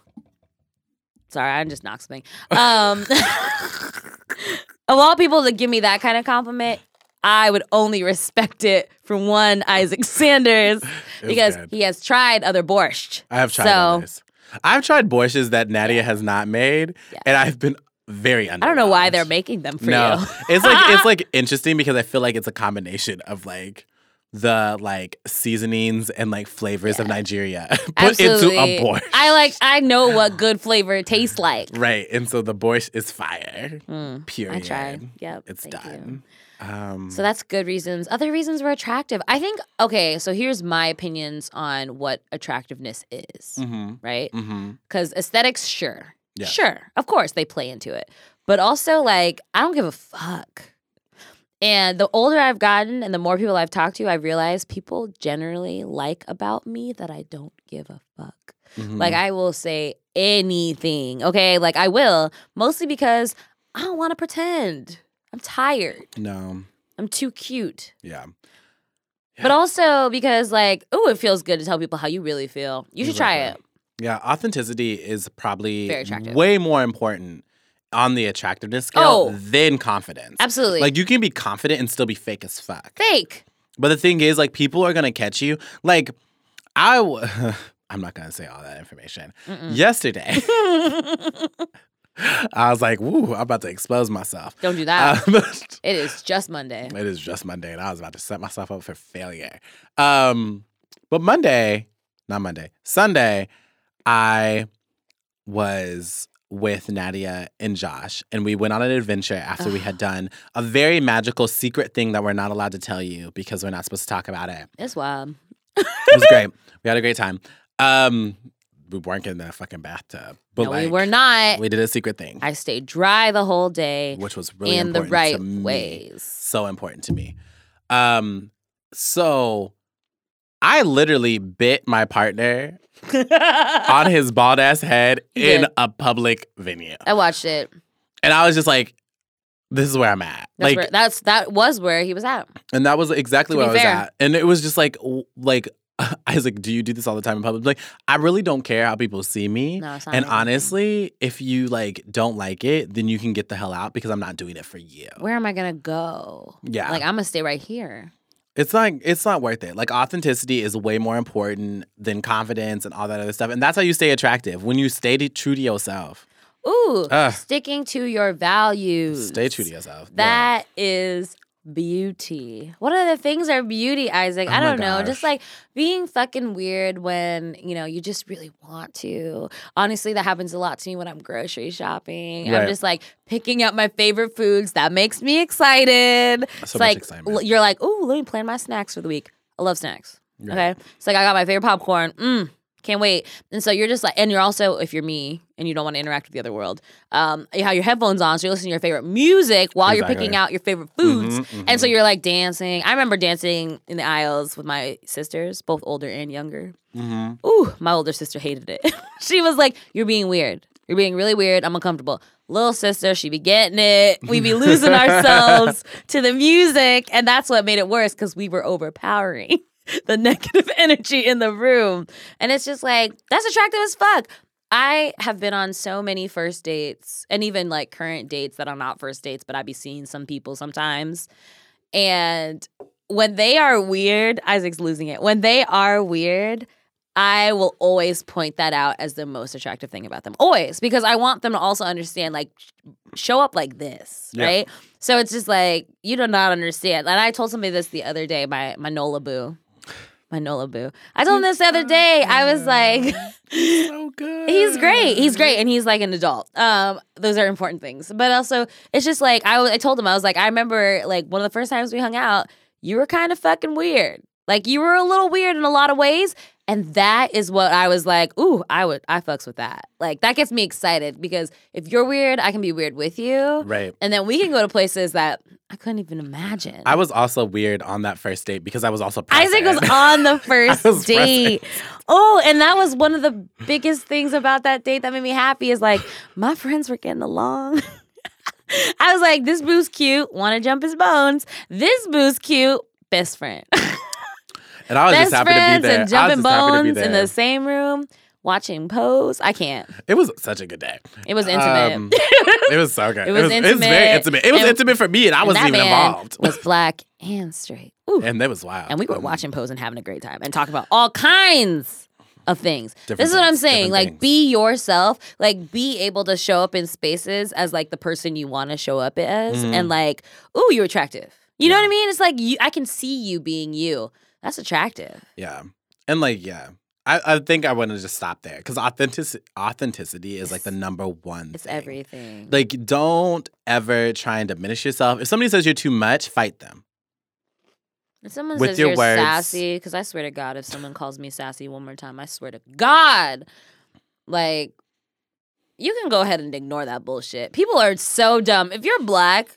Speaker 1: sorry, I just knocked something. Um, of all people to give me that kind of compliment, I would only respect it from one Isaac Sanders
Speaker 2: was
Speaker 1: because
Speaker 2: good.
Speaker 1: he has tried other borscht.
Speaker 2: I have tried
Speaker 1: So
Speaker 2: others. I've tried borsches that Nadia has not made,
Speaker 1: Yeah.
Speaker 2: and I've been very.
Speaker 1: I don't know why they're
Speaker 2: underwhelmed.
Speaker 1: making them for
Speaker 2: no,
Speaker 1: you.
Speaker 2: it's like it's like interesting because I feel like it's a combination of like the like seasonings and like flavors of Nigeria put into a
Speaker 1: Absolutely.
Speaker 2: borscht,
Speaker 1: I like. I know what good flavor tastes like.
Speaker 2: right? And so the borscht is fire.
Speaker 1: Mm,
Speaker 2: Period.
Speaker 1: I tried. Yep.
Speaker 2: It's
Speaker 1: thank you.
Speaker 2: done. Um,
Speaker 1: So that's good reasons. Other reasons were attractive. I think. Okay. So here's my opinions on what attractiveness is.
Speaker 2: mhm,
Speaker 1: Right.
Speaker 2: mhm.
Speaker 1: Because aesthetics, sure.
Speaker 2: Yeah.
Speaker 1: Sure. Of course they play into it. But also, like, I don't give a fuck. And the older I've gotten and the more people I've talked to, I've realized people generally like about me that I don't give a fuck.
Speaker 2: Mhm.
Speaker 1: Like, I will say anything, okay? Like, I will, mostly because I don't want to pretend. I'm tired.
Speaker 2: no,
Speaker 1: I'm too cute.
Speaker 2: yeah,
Speaker 1: But also because, like, oh, it feels good to tell people how you really feel. You should try it.
Speaker 2: Exactly. yeah. Authenticity is probably
Speaker 1: Very attractive.
Speaker 2: way more important on the attractiveness scale
Speaker 1: Oh.
Speaker 2: than confidence.
Speaker 1: Absolutely.
Speaker 2: Like you can be confident and still be fake as fuck.
Speaker 1: fake.
Speaker 2: But the thing is, like, people are gonna catch you. Like, I, w- I'm not gonna say all that information.
Speaker 1: Mm-mm.
Speaker 2: Yesterday, I was like, "Woo, I'm about to expose myself."
Speaker 1: Don't do that.
Speaker 2: Um,
Speaker 1: It is just Monday.
Speaker 2: it is just Monday, and I was about to set myself up for failure. Um, but Monday, not Monday, Sunday, I was with Nadia and Josh, and we went on an adventure after we had done a very magical secret thing that we're not allowed to tell you because we're not supposed to talk about it.
Speaker 1: It's wild.
Speaker 2: It was great. We had a great time. Um, we weren't in the fucking bathtub, but
Speaker 1: no,
Speaker 2: like,
Speaker 1: we were not.
Speaker 2: We did a secret thing,
Speaker 1: I stayed dry the whole day
Speaker 2: which was really
Speaker 1: in the
Speaker 2: important
Speaker 1: right
Speaker 2: to me.
Speaker 1: ways.
Speaker 2: So important to me. Um, so I literally bit my partner
Speaker 1: I
Speaker 2: on his bald ass head
Speaker 1: You
Speaker 2: in
Speaker 1: did.
Speaker 2: a public venue,
Speaker 1: watched it.
Speaker 2: and I was just like, "This is where I'm at."
Speaker 1: That's
Speaker 2: like,
Speaker 1: where, that's that was where he was at.
Speaker 2: and that was exactly
Speaker 1: To
Speaker 2: where
Speaker 1: be
Speaker 2: I was
Speaker 1: fair.
Speaker 2: at, and it was just like, w- like. I was like, do you do this all the time in public? Like, I really don't care how people see me.
Speaker 1: No, it's not.
Speaker 2: And
Speaker 1: happening.
Speaker 2: honestly, if you like don't like it, then you can get the hell out because I'm not doing it for you.
Speaker 1: where am I gonna go?
Speaker 2: Yeah.
Speaker 1: Like I'm gonna stay right here.
Speaker 2: It's like it's not worth it. Like authenticity is way more important than confidence and all that other stuff. And that's how you stay attractive when you stay to, true to yourself.
Speaker 1: Ooh,
Speaker 2: Ugh.
Speaker 1: sticking to your values.
Speaker 2: Ah. Stay true to yourself. Yeah.
Speaker 1: That is beauty. What other things are beauty, Isaac?
Speaker 2: Oh
Speaker 1: I
Speaker 2: my
Speaker 1: don't know. Just
Speaker 2: gosh.
Speaker 1: like being fucking weird when, you know, you just really want to. Honestly, that happens a lot to me when I'm grocery shopping.
Speaker 2: Right.
Speaker 1: I'm just like picking up my favorite foods. That makes me excited.
Speaker 2: So
Speaker 1: it's
Speaker 2: much
Speaker 1: like
Speaker 2: excitement.
Speaker 1: l- you're like, "Ooh, let me plan my snacks for the week." I love snacks.
Speaker 2: Right.
Speaker 1: Okay. It's like I got my favorite popcorn. Mm, can't wait. And so you're just like, and you're also, if you're me and you don't want to interact with the other world, um, you have your headphones on, so you're listening to your favorite music while you're
Speaker 2: Exactly.
Speaker 1: picking out your favorite foods.
Speaker 2: Mhm, mhm.
Speaker 1: And so you're like dancing. I remember dancing in the aisles with my sisters, both older and younger.
Speaker 2: Mhm.
Speaker 1: Ooh, my older sister hated it. she was like, You're being weird. You're being really weird. I'm uncomfortable. Little sister, she be getting it. We be losing ourselves to the music. And that's what made it worse because we were overpowering the negative energy in the room. And it's just like, that's attractive as fuck. I have been on so many first dates and even like current dates that are not first dates, but I be seeing some people sometimes. And when they are weird, Isaac's losing it. When they are weird, I will always point that out as the most attractive thing about them. Always, because I want them to also understand, like, sh- show up like this,
Speaker 2: Yeah.
Speaker 1: right? So it's just like, you do not understand. And I told somebody this the other day, my, my Nola Boo. My Nola Boo. I told him this the other day. I was like,
Speaker 2: So good.
Speaker 1: He's great. He's great, and he's like an adult. Um, those are important things. But also, it's just like I, I told him I was like I remember like one of the first times we hung out, you were kind of fucking weird. Like you were a little weird in a lot of ways, and that is what I was like. Ooh, I would I fucks with that. Like that gets me excited because if you're weird, I can be weird with you,
Speaker 2: Right.
Speaker 1: and then we can go to places that I couldn't even imagine.
Speaker 2: I was also weird on that first date because I was also
Speaker 1: Isaac
Speaker 2: present.
Speaker 1: was on the first
Speaker 2: was
Speaker 1: date. Oh, and that was one of the biggest things about that date that made me happy is like my friends were getting along. I was like, this boo's cute, want to jump his bones. This boo's cute, best friend.
Speaker 2: and I was
Speaker 1: best
Speaker 2: just happy to
Speaker 1: friends
Speaker 2: be there. I
Speaker 1: and
Speaker 2: was
Speaker 1: jumping
Speaker 2: just happy to be
Speaker 1: bones
Speaker 2: there.
Speaker 1: in the same room, watching Pose. I can't.
Speaker 2: It was such a good day.
Speaker 1: It was intimate.
Speaker 2: Um, it was so good.
Speaker 1: It was
Speaker 2: It was very
Speaker 1: intimate.
Speaker 2: intimate. It was
Speaker 1: And-
Speaker 2: intimate for me, and I
Speaker 1: And
Speaker 2: wasn't
Speaker 1: that
Speaker 2: even
Speaker 1: man
Speaker 2: involved.
Speaker 1: Was black and straight. Ooh.
Speaker 2: and that was wild.
Speaker 1: and we were
Speaker 2: Um,
Speaker 1: watching Pose and having a great time and talking about all kinds of things.
Speaker 2: Different
Speaker 1: this is what I'm
Speaker 2: things,
Speaker 1: saying.
Speaker 2: different
Speaker 1: Like,
Speaker 2: things.
Speaker 1: be yourself. Like, be able to show up in spaces as like the person you want to show up as,
Speaker 2: Mhm.
Speaker 1: and like, ooh, you're attractive. You know
Speaker 2: Yeah.
Speaker 1: what I mean? It's like you, I can see you being you. That's attractive.
Speaker 2: Yeah. And like, yeah. I, I think I want to just stop there because authenticity authenticity is like the
Speaker 1: It's-
Speaker 2: number one.
Speaker 1: It's
Speaker 2: thing.
Speaker 1: everything.
Speaker 2: Like, don't ever try and diminish yourself. If somebody says you're too much, fight them.
Speaker 1: If someone
Speaker 2: with
Speaker 1: says
Speaker 2: your
Speaker 1: you're
Speaker 2: words.
Speaker 1: sassy, because I swear to God, if someone calls me sassy one more time, I swear to God, like you can go ahead and ignore that bullshit. People are so dumb. If you're black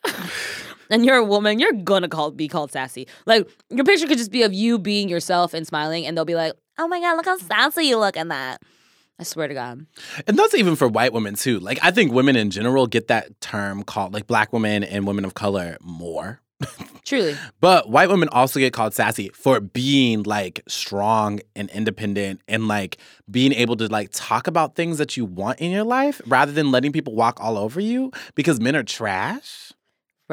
Speaker 1: and you're a woman, you're gonna call be called sassy. Like your picture could just be of you being yourself and smiling, and they'll be like, "Oh my God, look how sassy you look in that." I swear to God.
Speaker 2: And that's even for white women too. Like, I think women in general get that term called like black women and women of color more.
Speaker 1: Truly.
Speaker 2: But white women also get called sassy for being like strong and independent and like being able to like talk about things that you want in your life rather than letting people walk all over you because men are trash.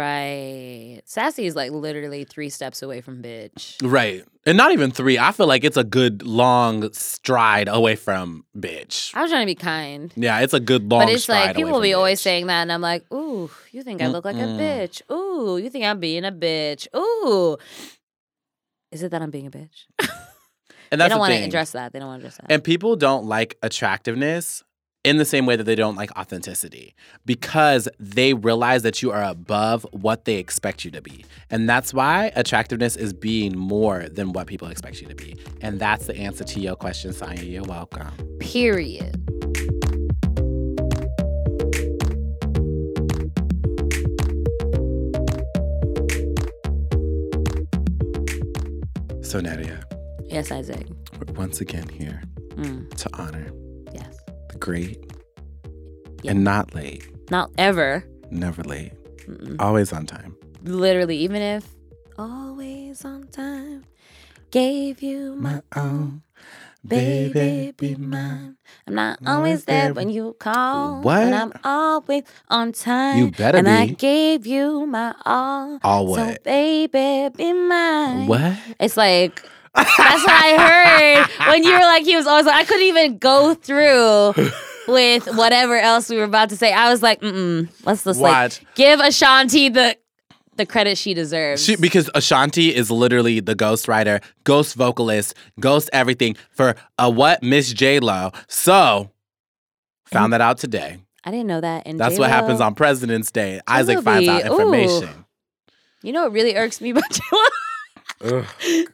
Speaker 1: Right. Sassy is like literally three steps away from bitch.
Speaker 2: Right. And not even three. I feel like it's a good long stride away from bitch.
Speaker 1: I was trying to be kind.
Speaker 2: Yeah, it's a good long
Speaker 1: but it's
Speaker 2: stride.
Speaker 1: like people
Speaker 2: away
Speaker 1: will
Speaker 2: from
Speaker 1: be always
Speaker 2: bitch.
Speaker 1: saying that, and I'm like, ooh, you think I look like a
Speaker 2: Mm-mm.
Speaker 1: bitch? Ooh, you think I'm being a bitch? Ooh, is it that I'm being a bitch?
Speaker 2: and
Speaker 1: They
Speaker 2: that's
Speaker 1: don't
Speaker 2: the
Speaker 1: want to
Speaker 2: thing.
Speaker 1: address that. They don't want to address that.
Speaker 2: And people don't like attractiveness in the same way that they don't like authenticity because they realize that you are above what they expect you to be. And that's why attractiveness is being more than what people expect you to be. And that's the answer to your question, Sonya. You're welcome.
Speaker 1: Period.
Speaker 2: So, Nadia,
Speaker 1: Yes, Isaac.
Speaker 2: we're once again here
Speaker 1: Mm,
Speaker 2: to honor
Speaker 1: yes.
Speaker 2: the great
Speaker 1: Yeah.
Speaker 2: and not late,
Speaker 1: Not ever.
Speaker 2: never late,
Speaker 1: Mm-mm.
Speaker 2: always on time.
Speaker 1: Literally, even if always on time. Gave you my
Speaker 2: My own
Speaker 1: Baby, be mine. I'm not always there when you call.
Speaker 2: What?
Speaker 1: But I'm always on time.
Speaker 2: You better
Speaker 1: and I
Speaker 2: be.
Speaker 1: gave you my all.
Speaker 2: All
Speaker 1: So,
Speaker 2: what?
Speaker 1: baby, be mine.
Speaker 2: What?
Speaker 1: It's like that's what I heard when you were like he was always like I couldn't even go through with whatever else we were about to say. I was like, mm let's just
Speaker 2: Watch.
Speaker 1: like give Ashanti the the credit she deserves.
Speaker 2: She, because Ashanti is literally the ghost writer, ghost vocalist, ghost everything for a what Miss J Lo. So found that out today.
Speaker 1: I didn't know that. And
Speaker 2: That's what
Speaker 1: J-Lo-
Speaker 2: happens on President's Day. Isaac finds out
Speaker 1: be- ooh.
Speaker 2: information.
Speaker 1: You know, what really irks me about J-Lo? No, no, no,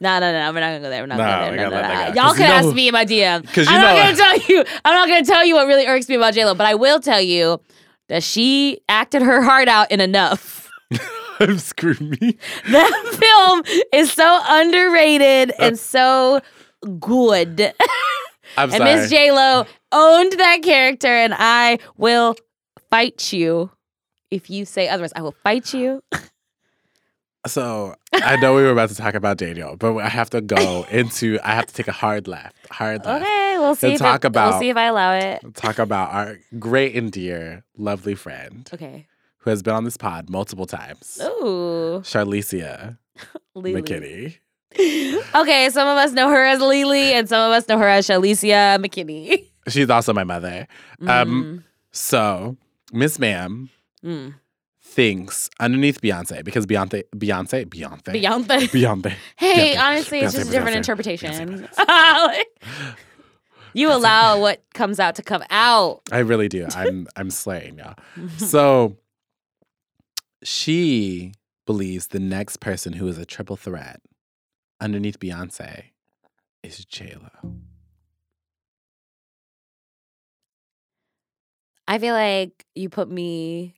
Speaker 1: we're not gonna go there. We're not
Speaker 2: No,
Speaker 1: gonna
Speaker 2: we gotta
Speaker 1: go there. No, no,
Speaker 2: let
Speaker 1: no.
Speaker 2: that go.
Speaker 1: Y'all
Speaker 2: 'Cause
Speaker 1: can
Speaker 2: you
Speaker 1: ask
Speaker 2: know-
Speaker 1: me in my DM.
Speaker 2: 'cause you
Speaker 1: I'm not
Speaker 2: know-
Speaker 1: gonna tell you. I'm not gonna tell you what really irks me about J Lo, but I will tell you that she acted her heart out in enough.
Speaker 2: I'm screaming.
Speaker 1: That film is so underrated
Speaker 2: Uh,
Speaker 1: and so good.
Speaker 2: I'm
Speaker 1: and
Speaker 2: sorry.
Speaker 1: Miss J Lo owned that character, and I will fight you if you say otherwise. I will fight you.
Speaker 2: so I know we were about to talk about Daniel, but I have to go into. I have to take a hard left. Hard left.
Speaker 1: Okay, we'll see.
Speaker 2: Then
Speaker 1: If
Speaker 2: talk
Speaker 1: it,
Speaker 2: about-
Speaker 1: We'll see if I allow it.
Speaker 2: Talk about our great and dear, lovely friend
Speaker 1: Okay.
Speaker 2: who has been on this pod multiple times,
Speaker 1: Ooh,
Speaker 2: Charlicia
Speaker 1: Lily.
Speaker 2: McKinney.
Speaker 1: Okay, some of us know her as Lily, and some of us know her as Shalicia McKinney.
Speaker 2: She's also my mother. Um, So Miss Ma'am
Speaker 1: Mm.
Speaker 2: thinks underneath Beyonce because Beyonce, Beyonce, Beyonce,
Speaker 1: Beyonce.
Speaker 2: Beyonce.
Speaker 1: Hey,
Speaker 2: Beyonce,
Speaker 1: honestly, it's
Speaker 2: Beyonce,
Speaker 1: just a different
Speaker 2: Beyonce,
Speaker 1: interpretation.
Speaker 2: Beyonce,
Speaker 1: Like, you allow what comes out to come out.
Speaker 2: I really do. I'm I'm slaying y'all. So she believes the next person who is a triple threat underneath Beyonce is J Lo.
Speaker 1: I feel like you put me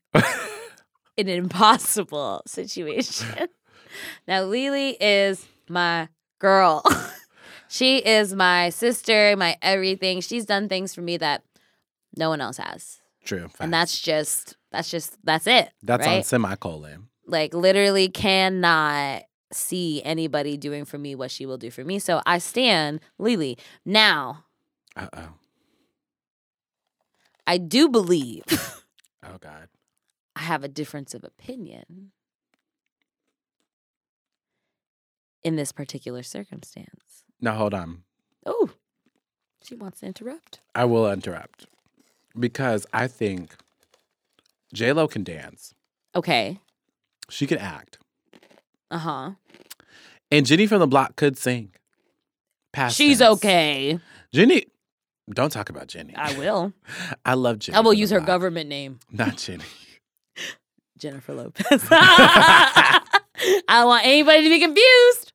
Speaker 1: in an impossible situation. now, Lily is my girl. she is my sister, my everything. She's done things for me that no one else has.
Speaker 2: True. Facts.
Speaker 1: And that's just, that's just, that's it.
Speaker 2: that's on
Speaker 1: right?
Speaker 2: semicolon.
Speaker 1: like literally cannot see anybody doing for me what she will do for me. So I stand Lily. Now,
Speaker 2: Uh oh.
Speaker 1: I do believe
Speaker 2: Oh God.
Speaker 1: I have a difference of opinion in this particular circumstance.
Speaker 2: Now hold on.
Speaker 1: Oh, she wants to interrupt.
Speaker 2: I will interrupt because I think J Lo can dance.
Speaker 1: Okay.
Speaker 2: She can act,
Speaker 1: Uh huh.
Speaker 2: and Jenny from the Block could sing. Past
Speaker 1: She's
Speaker 2: tense.
Speaker 1: okay.
Speaker 2: Jenny, don't talk about Jenny.
Speaker 1: I will.
Speaker 2: I love Jenny.
Speaker 1: I will
Speaker 2: from the
Speaker 1: use her
Speaker 2: Block.
Speaker 1: government name.
Speaker 2: Not Jenny.
Speaker 1: Jennifer Lopez. I don't want anybody to be confused.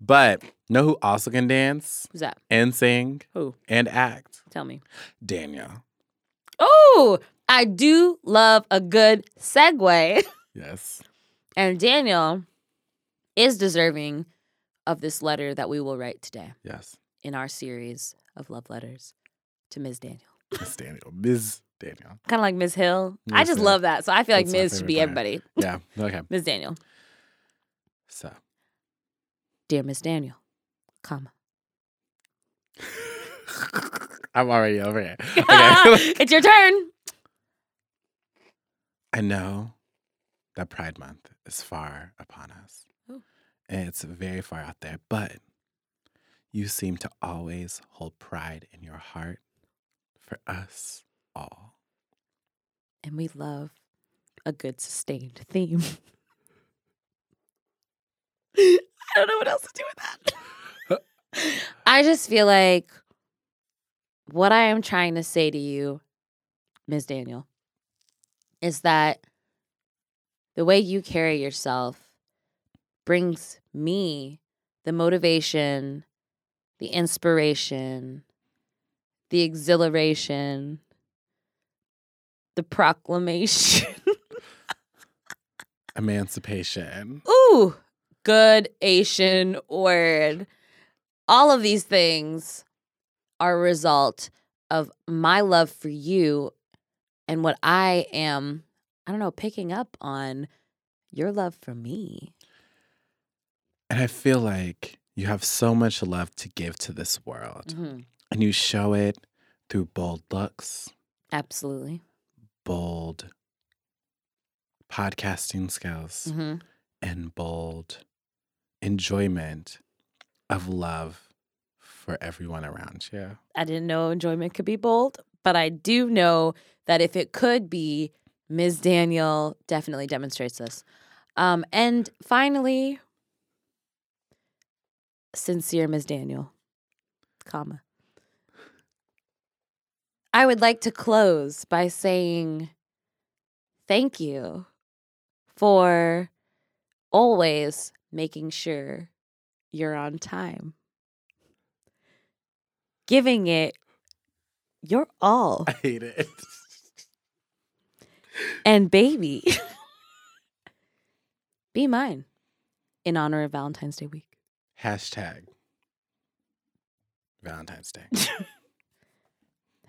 Speaker 2: But know who also can dance
Speaker 1: Who's that?
Speaker 2: and sing
Speaker 1: Who?
Speaker 2: and act?
Speaker 1: Tell me.
Speaker 2: Daniel.
Speaker 1: Oh, I do love a good segue.
Speaker 2: Yes.
Speaker 1: And Daniel is deserving of this letter that we will write today
Speaker 2: Yes.
Speaker 1: in our series of love letters to Ms. Daniel.
Speaker 2: Miss Daniel. Ms. Daniel.
Speaker 1: Kind of like Ms. Hill. I
Speaker 2: Yes,
Speaker 1: just
Speaker 2: yeah.
Speaker 1: love that. So I feel like
Speaker 2: That's my
Speaker 1: Ms. should be
Speaker 2: favorite
Speaker 1: everybody.
Speaker 2: Yeah. Okay.
Speaker 1: Ms. Daniel.
Speaker 2: So
Speaker 1: Dear Ms. Daniel, comma.
Speaker 2: I'm already over it. Okay.
Speaker 1: it's your turn.
Speaker 2: I know that Pride Month is far upon us.
Speaker 1: Oh.
Speaker 2: And it's very far out there, but you seem to always hold pride in your heart for us all.
Speaker 1: And we love a good sustained theme. I don't know what else to do with that. I just feel like what I am trying to say to you, Ms. Daniel, is that the way you carry yourself brings me the motivation, the inspiration, the exhilaration, the proclamation.
Speaker 2: Emancipation.
Speaker 1: Ooh, good Asian word. All of these things are a result of my love for you and what I am, I don't know, picking up on your love for me.
Speaker 2: And I feel like You have so much love to give to this world,
Speaker 1: Mhm.
Speaker 2: and you show it through bold looks,
Speaker 1: Absolutely.
Speaker 2: bold podcasting skills,
Speaker 1: hmm
Speaker 2: and bold enjoyment of love for everyone around you.
Speaker 1: I didn't know enjoyment could be bold, but I do know that if it could be, Ms. Daniel definitely demonstrates this. Um, and finally, sincere Ms. Daniel, comma. I would like to close by saying thank you for always making sure you're on time, giving it your all.
Speaker 2: I hate it.
Speaker 1: and baby be mine in honor of valentine's day week
Speaker 2: Hashtag Valentine's Day.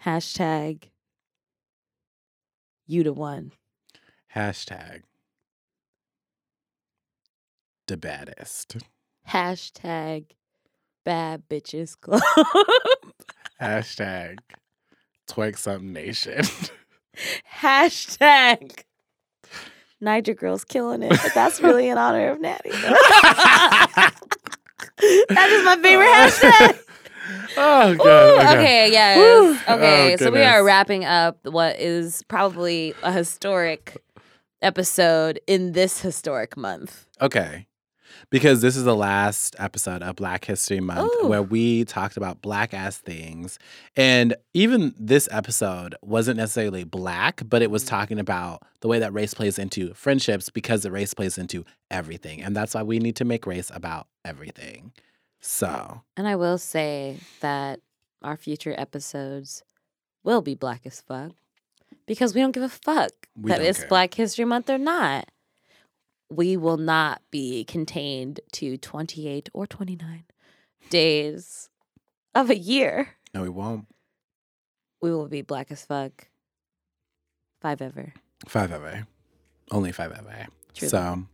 Speaker 1: hashtag you to one
Speaker 2: Hashtag the baddest.
Speaker 1: hashtag bad bitches club
Speaker 2: Hashtag twerk something nation.
Speaker 1: hashtag niger girls killing it but that's really in honor of natty
Speaker 2: that
Speaker 1: is my favorite hashtag.
Speaker 2: Oh god.
Speaker 1: Ooh,
Speaker 2: okay.
Speaker 1: okay, yes.
Speaker 2: Whew.
Speaker 1: Okay,
Speaker 2: Oh,
Speaker 1: so we are
Speaker 2: goodness.
Speaker 1: wrapping up what is probably a historic episode in this historic month.
Speaker 2: Okay. Because this is the last episode of Black History Month
Speaker 1: Ooh.
Speaker 2: where we talked about black ass things. And even this episode wasn't necessarily black, but it was
Speaker 1: Mhm.
Speaker 2: talking about the way that race plays into friendships because the race plays into everything. And that's why we need to make race about everything. So,
Speaker 1: And I will say that our future episodes will be black as fuck because we don't give a fuck
Speaker 2: We
Speaker 1: that
Speaker 2: don't
Speaker 1: it's
Speaker 2: care.
Speaker 1: Black History Month or not. We will not be contained to 28 or 29 days of a year.
Speaker 2: no, we won't.
Speaker 1: We will be black as fuck. Five ever.
Speaker 2: Five ever. Only five ever.
Speaker 1: Truly.
Speaker 2: So,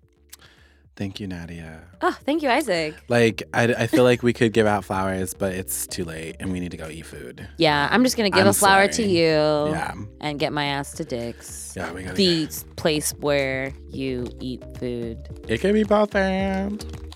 Speaker 2: thank you, Nadia.
Speaker 1: Oh, thank you, Isaac.
Speaker 2: Like, I, I feel like we could give out flowers, but it's too late and we need to go eat food.
Speaker 1: Yeah, I'm just gonna give
Speaker 2: I'm
Speaker 1: a flower
Speaker 2: sorry.
Speaker 1: to you
Speaker 2: Yeah.
Speaker 1: and get my ass to Dick's,
Speaker 2: Yeah, we gotta
Speaker 1: the place where you eat food.
Speaker 2: It can be both and.